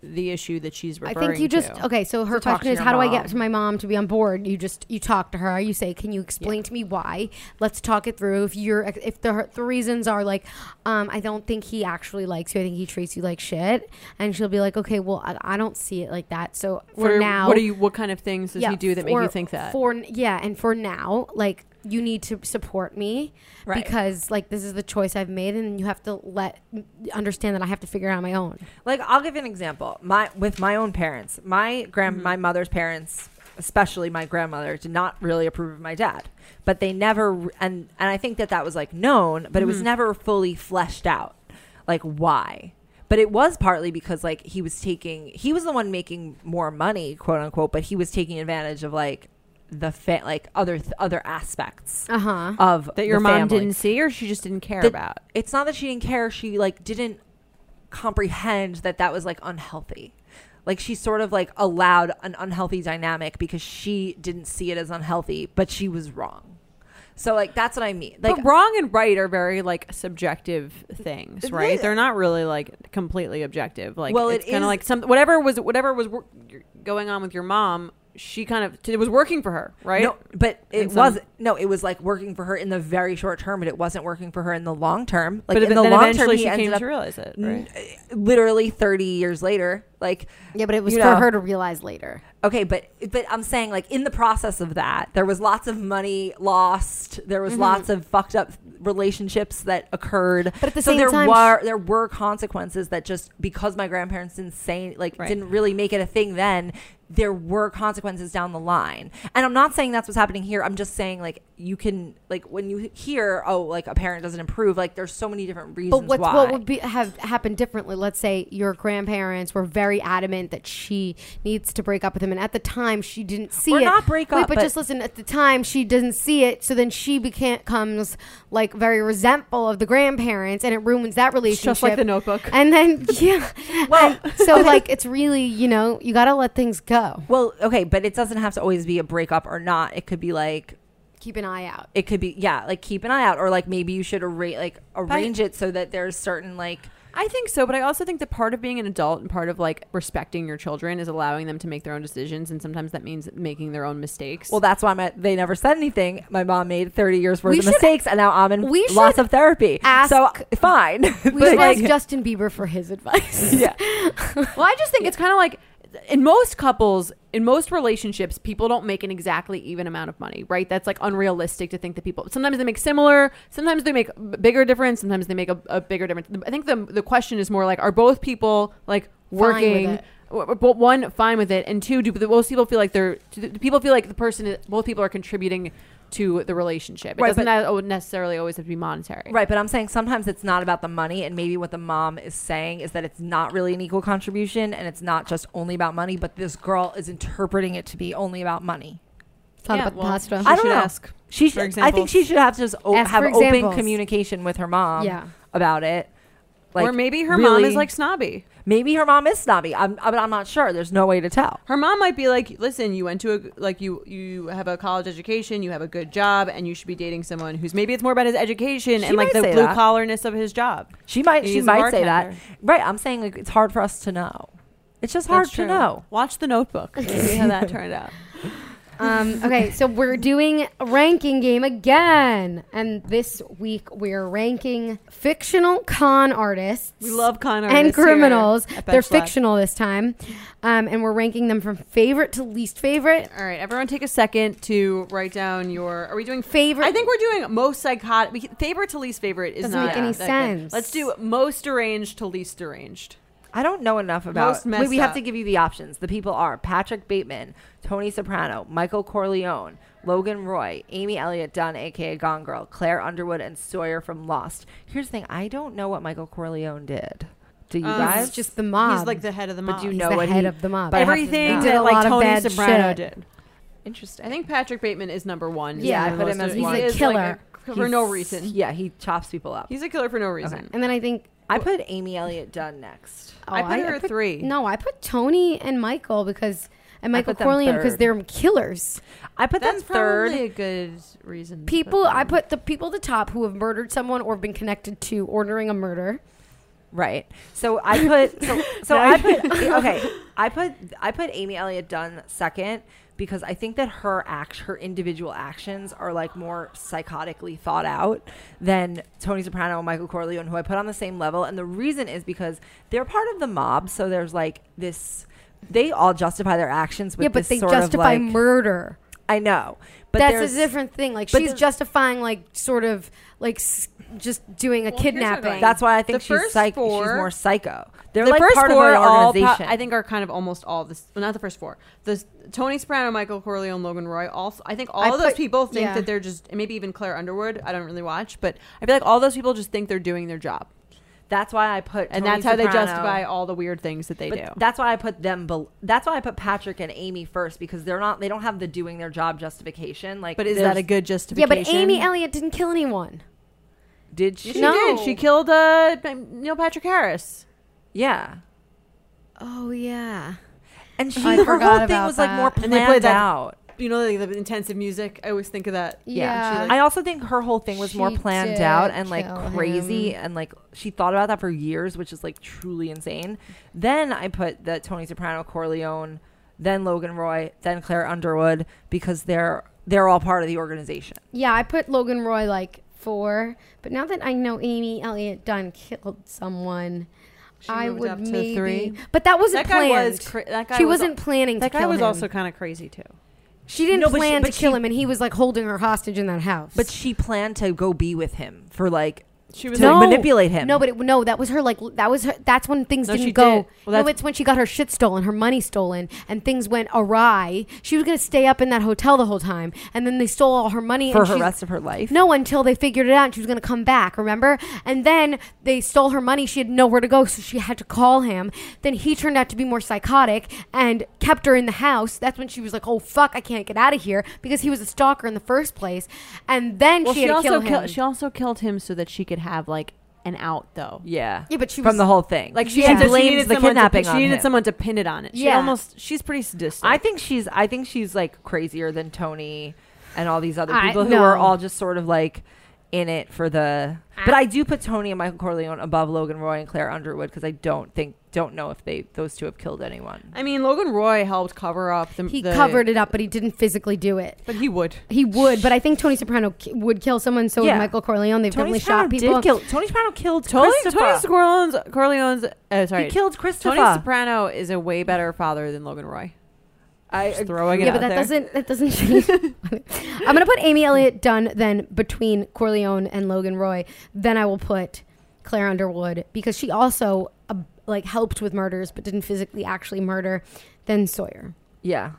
B: the issue that she's
A: I
B: referring
A: think you just
B: to.
A: okay. So her
C: So talk
A: question
C: to
A: is,
C: your
A: how do I
C: mom.
A: get to my mom to be on board? You just you talk to her. You say, can you explain to me why? Let's talk it through. If you're if the the reasons are like, um, I don't think he actually likes you. I think he treats you like shit. And she'll be like, okay, well, I, I don't see it like that. So for
B: What are-
A: now,
B: what are you? What kind of things does he do that make
A: for-
B: you think that?
A: For yeah, and for now, like you need to support me
C: Right.
A: because like this is the choice I've made, and you have to let understand that I have to figure it out on my own.
C: Like I'll give you an example. My with my own parents, my grand
B: Mm-hmm.
C: my mother's parents, especially my grandmother, did not really approve of my dad. But they never and and I think that that was like known, but it was
B: Mm-hmm.
C: never fully fleshed out. Like why? But it was partly because like he was taking he was the one making more money, quote unquote, but he was taking advantage of like the fa- like other th- other aspects
A: Uh huh.
C: of
B: Uh-huh. that your
C: the
B: mom
C: family
B: didn't see, or she just didn't care
C: that-
B: about.
C: It's not that she didn't care. She like didn't comprehend that that was like unhealthy. Like she sort of like allowed an unhealthy dynamic because she didn't see it as unhealthy, but she was wrong. So like that's what I mean. Like
B: Like wrong and right are very like subjective things,
C: It
B: right?
C: is.
B: They're not really like completely objective. Like
C: Well,
B: it's
C: it
B: kind
C: is-
B: of like some whatever was whatever was wor- going on with your mom. She kind of it was working for her, right?
C: No, but it
B: And some-
C: wasn't. No, it was like working for her in the very short term, but it wasn't working for her in the long term. Like
B: but
C: in
B: then
C: the long term,
B: eventually
C: he
B: she
C: ended
B: came
C: up
B: to realize it.
C: n-
B: Right?
C: literally thirty years later. Like
A: Yeah, but it was
C: you
A: for
C: know.
A: her to realize later.
C: Okay, but but I'm saying like in the process of that, there was lots of money lost. There
A: Mm-hmm.
C: was lots of fucked up relationships that occurred.
A: But at the
C: so
A: same
C: there
A: time,
C: were there were consequences that just because my grandparents didn't say like
B: Right.
C: didn't really make it a thing then, there were consequences down the line. And I'm not saying that's what's happening here. I'm just saying like you can like when you hear oh like a parent doesn't improve like there's so many different reasons
A: But what's,
C: why.
A: what would be, have happened differently? Let's say your grandparents were very adamant that she needs to break up with him, and at the time she didn't see
C: Or
A: it.
C: not break
A: Wait,
C: up,
A: but,
C: but-
A: just listen. At the time she doesn't see it, so then she becomes like very resentful of the grandparents, and it ruins that relationship.
B: just like The Notebook.
A: And then yeah, well, so like it's really you know you gotta let things go.
C: well, okay, but it doesn't have to always be a breakup or not. It could be like
A: Keep an eye out.
C: it could be yeah, like keep an eye out or like maybe you should arra- like arrange it so that there's certain like
B: I think so, but I also think that part of being an adult and part of like respecting your children is allowing them to make their own decisions, and sometimes that means making their own mistakes.
C: well, that's why my, they never said anything. My mom made 30 years worth
A: We
C: of
A: should-
C: mistakes, and now I'm in
A: we
C: lots
A: should
C: of therapy.
A: ask-
C: so fine.
A: We
C: But,
A: should
C: like-
A: ask Justin Bieber for his advice.
C: Yeah.
B: Well, I just think it's kind of like in most couples, in most relationships, people don't make an exactly even amount of money, right? That's like unrealistic to think that people. Sometimes they make similar, sometimes they make a bigger difference, sometimes they make a, a bigger difference. I think the the question is more like, are both people like working?
A: it.
B: w- w- But one, fine with it, and two, do the most people feel like they're do the people feel like the person, is, both people are contributing to the relationship. It
C: Right,
B: doesn't
C: but-
B: that- oh, necessarily always have to be monetary.
C: Right, but I'm saying sometimes it's not about the money, and maybe what the mom is saying is that it's not really an equal contribution, and it's not just only about money. But this girl is interpreting it to be only about money.
A: Thought
B: Yeah,
A: about
B: well,
A: the pasta.
B: I- should ask,
C: She
B: for
C: should. I
B: example.
C: think she should have to just o-
A: Ask
C: have
A: for
C: open
A: examples.
C: communication with her
B: um,
C: mom
A: Yeah.
C: about it.
B: or maybe her mom
C: really-
B: is like snobby.
C: maybe her mom is snobby. I'm, I'm I'm not sure. There's no way to tell.
B: her mom might be like listen you went to a like you you have a college education you have a good job and you should be dating someone who's maybe it's more about his education
C: She
B: and like
C: might
B: the
C: say
B: blue
C: that.
B: collarness of his job
C: She might she
B: He's a
C: might say that.
B: bartender.
C: Right, I'm saying like, it's hard for us to know. It's just hard to know.
B: watch the notebook see how that turned out
A: Um, okay, so we're doing a ranking game again, and this week we're ranking fictional con artists.
B: we love
A: and
B: con artists here
A: criminals.
B: at
A: They're
B: Bench Lab.
A: fictional this time, um, and we're ranking them from favorite to least favorite.
B: all right everyone take a second to write down your are we doing
A: Favorite-
B: i think we're doing most psychotic we, favorite to least favorite is
A: Doesn't
B: not
A: make any
B: that good.
A: sense.
B: let's do most deranged to least deranged
C: I don't know enough about.
B: Most messed
C: Wait, we have
B: up.
C: to give you the options. The people are Patrick Bateman, Tony Soprano, Michael Corleone, Logan Roy, Amy Elliott Dunn, aka Gone Girl, Claire Underwood, and Sawyer from Lost. Here's the thing: I don't know what Michael Corleone did. Do you
B: Um,
A: He's
C: guys?
A: just the mob.
B: he's like the head of the mob
C: But you
A: He's
C: know
A: the
C: what
A: head
C: he-
A: of the mob.
C: but I have to
B: everything
A: He
C: know.
A: did a
B: that like
A: lot of
B: tony
A: bad
B: soprano
A: shit.
B: did
C: interesting.
B: I think Patrick Bateman is number one.
A: Yeah,
B: He's
A: I
C: put
B: one of
C: him
B: the
C: as
B: most- he
C: one.
A: He's a
B: is, like,
A: killer.
B: a- for no reason.
C: Yeah, he chops people up.
B: He's a killer for no reason.
A: And then I think
C: I put Amy Elliott Dunn next.
A: oh,
B: I put her at three.
A: No, I put Tony and Michael because and Michael
C: put them
A: Corleone because
C: third.
A: they're killers.
C: I put
B: That's
C: them third.
B: probably a good reason. to
A: People,
B: put
A: I
B: them.
A: put the people at the top who have murdered someone or been connected to ordering a murder.
C: Right. So I put so, so I put okay. I put I put Amy Elliott Dunn second because I think that her act her individual actions are like more psychotically thought out than Tony Soprano and Michael Corleone, who I put on the same level. And the reason is because they're part of the mob, so there's like this they all justify their actions with
A: yeah, but
C: this
A: they
C: sort
A: justify
C: of like,
A: murder.
C: I know. But
A: That's
C: there's-
A: a different thing. Like
C: but
A: she's
C: there's-
A: justifying, like sort of, like s- just doing a
B: Well, here's what I'm
A: kidnapping.
B: going-
C: That's why I think
B: The
C: she's
B: first
C: psych- she's
B: four-
C: more psycho. They're
B: the
C: like
B: first
C: part
B: four
C: of our
B: all pro-
C: organization.
B: I think are kind of almost all this. Well, not the first four. The s- Tony Soprano, Michael Corleone, Logan Roy. Also, I think all
A: I
B: of those
A: put-
B: people think
A: yeah.
B: that they're just and maybe even Claire Underwood. I don't really watch, but I feel like all those people just think they're doing their job,
C: that's why I put
B: and
C: Tony
B: that's how they
C: Soprano-
B: justify all the weird things that they
C: But
B: do.
C: That's why I put them. Bel- that's why I put Patrick and Amy first because they're not. They don't have the doing their job justification. Like,
B: but is
C: there's-
B: that a good
A: yeah,
B: justification?
A: but Amy Elliott didn't kill anyone.
C: Did she?
B: She
A: No.
B: did. She killed uh, Neil Patrick Harris.
C: Yeah.
A: Oh yeah.
C: And she,
A: I
C: her
A: forgot
C: whole thing
A: about
C: was like
A: that.
C: more
B: And
C: planned
B: they played that-
C: out.
B: you know like, the intensive music i always think of that
A: Yeah.
C: I also think her whole thing was more
A: She
C: planned
A: did
C: out and like
A: kill
C: crazy and like she thought about that for years, which is like truly insane. Then I put the Tony Soprano, Corleone, then Logan Roy, then Claire Underwood because they're they're all part of the organization.
A: Yeah, I put Logan Roy like four, but now that I know Amy Elliott Dunn killed someone, I
B: moved
A: would
B: up to
A: maybe.
B: three.
A: But that wasn't
B: That guy
A: planned.
B: was cra- that guy
A: she
B: was
A: was not planning.
B: that
A: to
B: guy
A: kill
B: was
A: him.
B: also kind of crazy too
A: She didn't
C: No, but she-
A: plan
C: but
A: to kill
C: she-
A: him, and he was like holding her hostage in that house.
C: But she planned to go be with him for like
B: She was
C: to
B: like,
C: manipulate him.
A: No, but it, no, that was her. Like that was her. That's when things
B: No, she
A: didn't go.
B: did. Well, that's-
A: no, it's when she got her shit stolen, her money stolen, and things went awry. She was gonna stay up in that hotel the whole time, and then they stole all her money
C: for
A: and
C: her
A: she's-
C: rest of her life.
A: No, until they figured it out, and she was going to come back. Remember? And then they stole her money. She had nowhere to go, so she had to call him. Then he turned out to be more psychotic and kept her in the house. That's when she was like, "Oh fuck, I can't get out of here," because he was a stalker in the first place. And then
B: well,
A: she
B: she,
A: had to
B: also
A: kill him.
B: killed. She also killed him so that she could have like an out, though.
C: Yeah.
A: Yeah, but she
C: from
A: was-
C: the whole thing.
B: Like she,
A: Yeah.
B: needed- she
C: blames
B: needed
C: the
B: someone to-
C: kidnapping
B: She
C: on
B: needed
C: him.
B: someone to pin it on it. She
A: Yeah.
B: almost. She's pretty sadistic.
C: I think she's I think she's like crazier than Tony and all these other
A: I-
C: people who
A: no.
C: are all just sort of like in it for the But I do put Tony and Michael Corleone above Logan Roy and Claire Underwood because I don't think don't know if they those two have killed anyone.
B: I mean, Logan Roy helped cover up the.
A: he
B: the-
A: covered it up, but he didn't physically do it.
B: but he would.
A: He would, but I think Tony Soprano ki- would kill someone. So
C: Yeah.
A: would Michael Corleone. They've
C: Tony
A: definitely
C: Soprano
A: shot people.
C: did kill Tony Soprano killed
B: Tony Tony
C: Christopher.
B: Corleone's Corleone's. Uh, sorry,
C: he killed Christopher.
B: Tony Soprano is a way better father than Logan Roy.
C: I
B: Just throwing it
A: yeah, but
B: out
A: that
B: there.
A: doesn't that doesn't change. I'm gonna put Amy Elliott Dunn then between Corleone and Logan Roy. Then I will put Claire Underwood because she also uh, like helped with murders but didn't physically actually murder. Then Sawyer.
C: Yeah.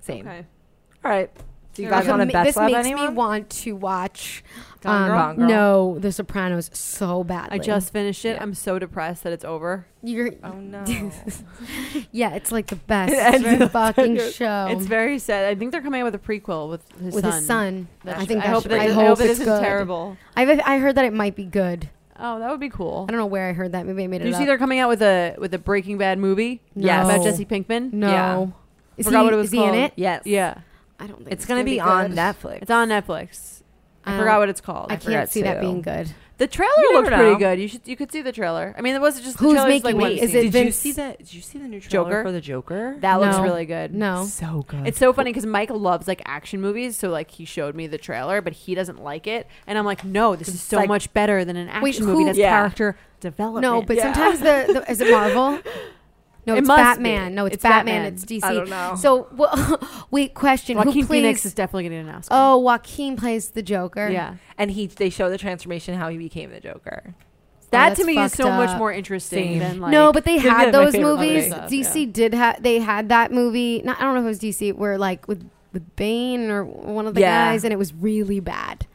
C: Same.
B: Okay.
C: All right. Do you
B: Fair
C: guys
B: enough.
C: want to
A: Ma-
C: best
A: this
C: lab
A: makes
C: anyone?
A: me want to watch.
B: Gone
A: um,
B: Girl?
C: Gone Girl.
A: No, The Sopranos so badly.
B: I just finished it.
C: Yeah.
B: I'm so depressed that it's over.
A: You're,
C: oh no.
A: yeah, it's like the
B: It's very-
A: best fucking show.
B: It's very sad. I think they're coming out with a prequel with his
A: Oh. with
B: son.
A: his son.
B: That's-
A: I think
B: I
A: that's-
B: hope, that,
A: I
B: I
A: hope
B: hope it
A: it's
B: isn't
A: good.
B: terrible.
A: I've, I heard that it might be good.
B: Oh, that would be cool.
A: I don't know where I heard that. Maybe I made
B: Do
A: it
B: you
A: up.
B: see they're coming out with a with a Breaking Bad movie?
A: Yes.
B: about
A: No.
B: Jesse Pinkman.
A: No.
C: Yeah.
A: Is
B: Forgot
A: he,
B: what it was
A: is he
B: called.
A: in it?
C: yes.
B: Yeah,
A: I don't think
C: It's going to be,
A: good.
C: on Netflix.
B: it's on Netflix. I
A: Um,
B: forgot what it's called.
A: I,
C: forgot
A: can't see that
C: too.
A: being good.
B: the trailer
C: You
B: looked
C: never
B: pretty
C: know.
B: good. You should you could see the trailer. I mean, it wasn't just the
A: Who's
B: trailer. it's
A: making
B: like
A: it?
B: one
A: Is
B: scene.
A: it
C: Did you
A: Vince-
C: see the Did you see the new trailer
B: Joker?
C: for the Joker?
B: That looks
A: No.
B: really good.
A: No.
C: so good.
B: It's so funny because Mike loves like action movies, so like he showed me the trailer, but he doesn't like it, and I'm like, no, this is
C: It's
B: so
C: like-
B: much better than an action
A: Wait,
B: movie
A: who-
B: that's
C: Yeah.
B: character development.
A: No, but
C: Yeah.
A: sometimes the, the is it Marvel? No,
B: It
A: it's
B: must
A: Batman.
B: be.
A: No, it's,
B: It's
A: Batman.
B: Batman.
A: It's DC.
C: I don't know.
A: So, well, wait, question.
B: Joaquin
A: Who plays?
B: Phoenix is definitely getting an Oscar.
A: oh, Joaquin plays the Joker.
B: yeah,
C: and he they show the transformation how he became the Joker.
B: that
A: that's
B: to me is
A: fucked
B: so much
A: up.
B: more interesting
C: Same.
B: than like
A: no, but they
C: They're
A: had
C: good at my
A: those
C: favorite
A: movies.
B: movies.
A: DC did have. They had that movie. Not, I don't know if it was DC. Where like with with Bane or one of the
C: Yeah.
A: guys, and it was really bad.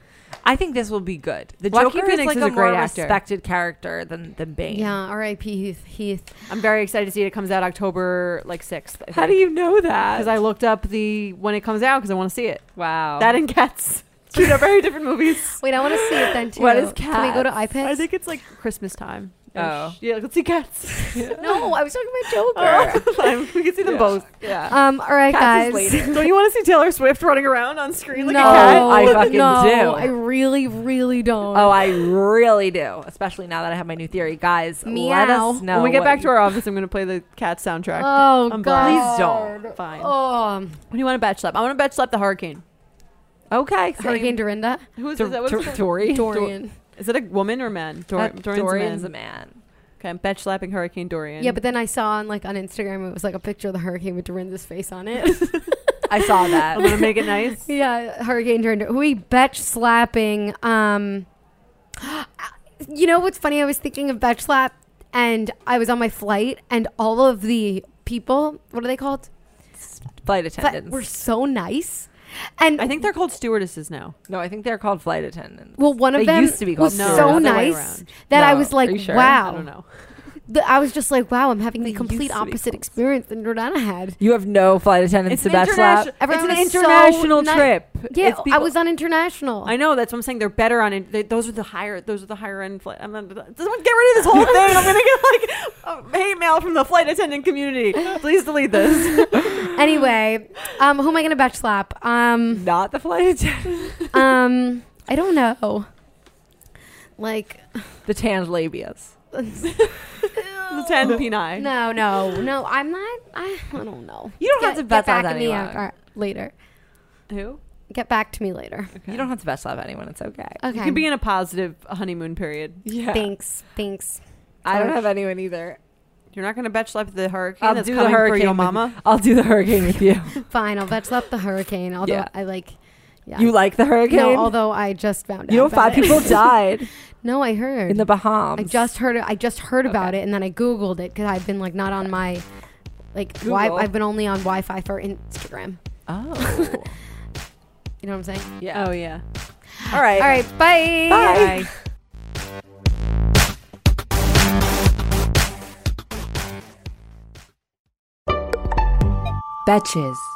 C: I think this will be good. The
B: Joaquin
C: Joker
B: Phoenix
C: is like
B: is
C: a,
B: a great
C: more
B: actor.
C: respected character than than Bane.
A: Yeah, R.I.P. Heath. Heath.
B: I'm very excited to see it. It comes out October like sixth.
C: How do you know that?
B: Because I looked up the when it comes out because I want to see it.
C: wow.
B: That and Cats, two very different movies.
A: Wait, I want to see it then too.
C: What is
A: Can we go to
C: Cats?
A: iPad?
B: I think it's like Christmas time.
C: Oh.
B: yeah, let's see Cats.
A: no, I was talking about Joker.
B: we can see them
C: Yeah.
B: both.
C: yeah.
A: um, all right,
C: Cats is
A: guys.
C: later.
B: Don't you want to see Taylor Swift running around on screen
A: No,
B: like a cat?
C: I fucking
A: no,
C: do.
A: I really, really don't.
C: Oh, I really do. Especially now that I have my new theory, guys. Let
A: Meow.
C: us know
B: when we get
C: what
B: back to
C: you-
B: our office, I'm going to play the cat soundtrack.
A: Oh,
B: I'm
A: God.
C: Please don't.
B: Fine.
A: Oh,
B: What do you want to batch slap? I want to batch slap the hurricane.
C: Okay.
A: Hurricane Dorinda,
B: Who is,
C: Dor-
B: is that? What's
C: Dor-
B: it called?
C: Dory.
A: Dorian.
B: Is it a woman or man? Dor-
C: That-
B: Dorian's,
C: Dorian's
B: a
C: a
B: man.
C: man.
B: Okay, I'm batch slapping Hurricane Dorian.
A: Yeah, but then I saw on like on Instagram it was like a picture of the hurricane with Dorinda's face on it.
C: I saw that.
B: I'm going to make it nice.
A: yeah, Hurricane Dorinda. We betch slapping. Um, you know what's funny? I was thinking of betch slap, and I was on my flight, and all of the people, what are they called?
C: flight
A: But
C: attendants.
A: were so nice. And
B: I think they're called stewardesses now.
C: no, I think they're called flight attendants.
A: well, one of
C: They
A: them
C: used to be called
A: was
B: No,
A: so
B: other way
A: nice
B: around.
A: that I
C: No,
A: was like,
C: are you sure?
B: I don't
A: wow.
B: know.
A: The- I was just like, wow, I'm having the
C: They
A: complete
C: used to be
A: opposite
C: called-
A: experience than Jordana had.
C: You have no flight attendants to batch lap.
A: Everyone
B: it's an
A: was so
B: international
A: ni-
B: trip.
A: Yeah,
B: It's
A: I
B: people-
A: was on international.
B: I know that's what I'm saying. They're better on it. They, those are the higher. Those are the higher end flight. I'm not, doesn't get rid of this whole thing. I'm gonna get like a hate mail from the flight attendant community. Please delete this.
A: anyway, um, who am I going to batch slap? Um,
C: Not the flight attendant.
A: um, I don't know. Like,
C: the tanned labias.
B: the ten P9.
A: no, no, no. I'm not. I, I don't know.
C: You don't have to batch slap
A: back to me
C: anyone.
A: after- later.
B: Who?
A: Get back to me later.
C: You don't have to batch lap anyone. It's okay.
A: Okay.
B: You can be in a positive honeymoon period.
C: Yeah.
A: thanks. Thanks.
C: I don't have anyone either.
B: You're not gonna bitch slap the hurricane.
C: I'll
B: that's
C: do the
B: coming
C: hurricane
B: for your
C: with-
B: mama.
C: I'll do the hurricane with you.
A: Fine, I'll batch up the hurricane. Although
C: Yeah.
A: I like Yeah.
C: You like the hurricane?
A: No, although I just found out.
C: you know,
A: about
C: five
A: it.
C: people died
A: No, I heard.
C: in the Bahamas.
A: I just heard. I just heard about it, and then I googled it because I've been like not on my like. Wi-
C: Google.
A: I've been only on Wi-Fi for Instagram.
C: Oh.
A: You know what I'm saying?
C: yeah.
B: Oh yeah.
C: All right.
A: All right, bye.
C: Bye.
D: Betches.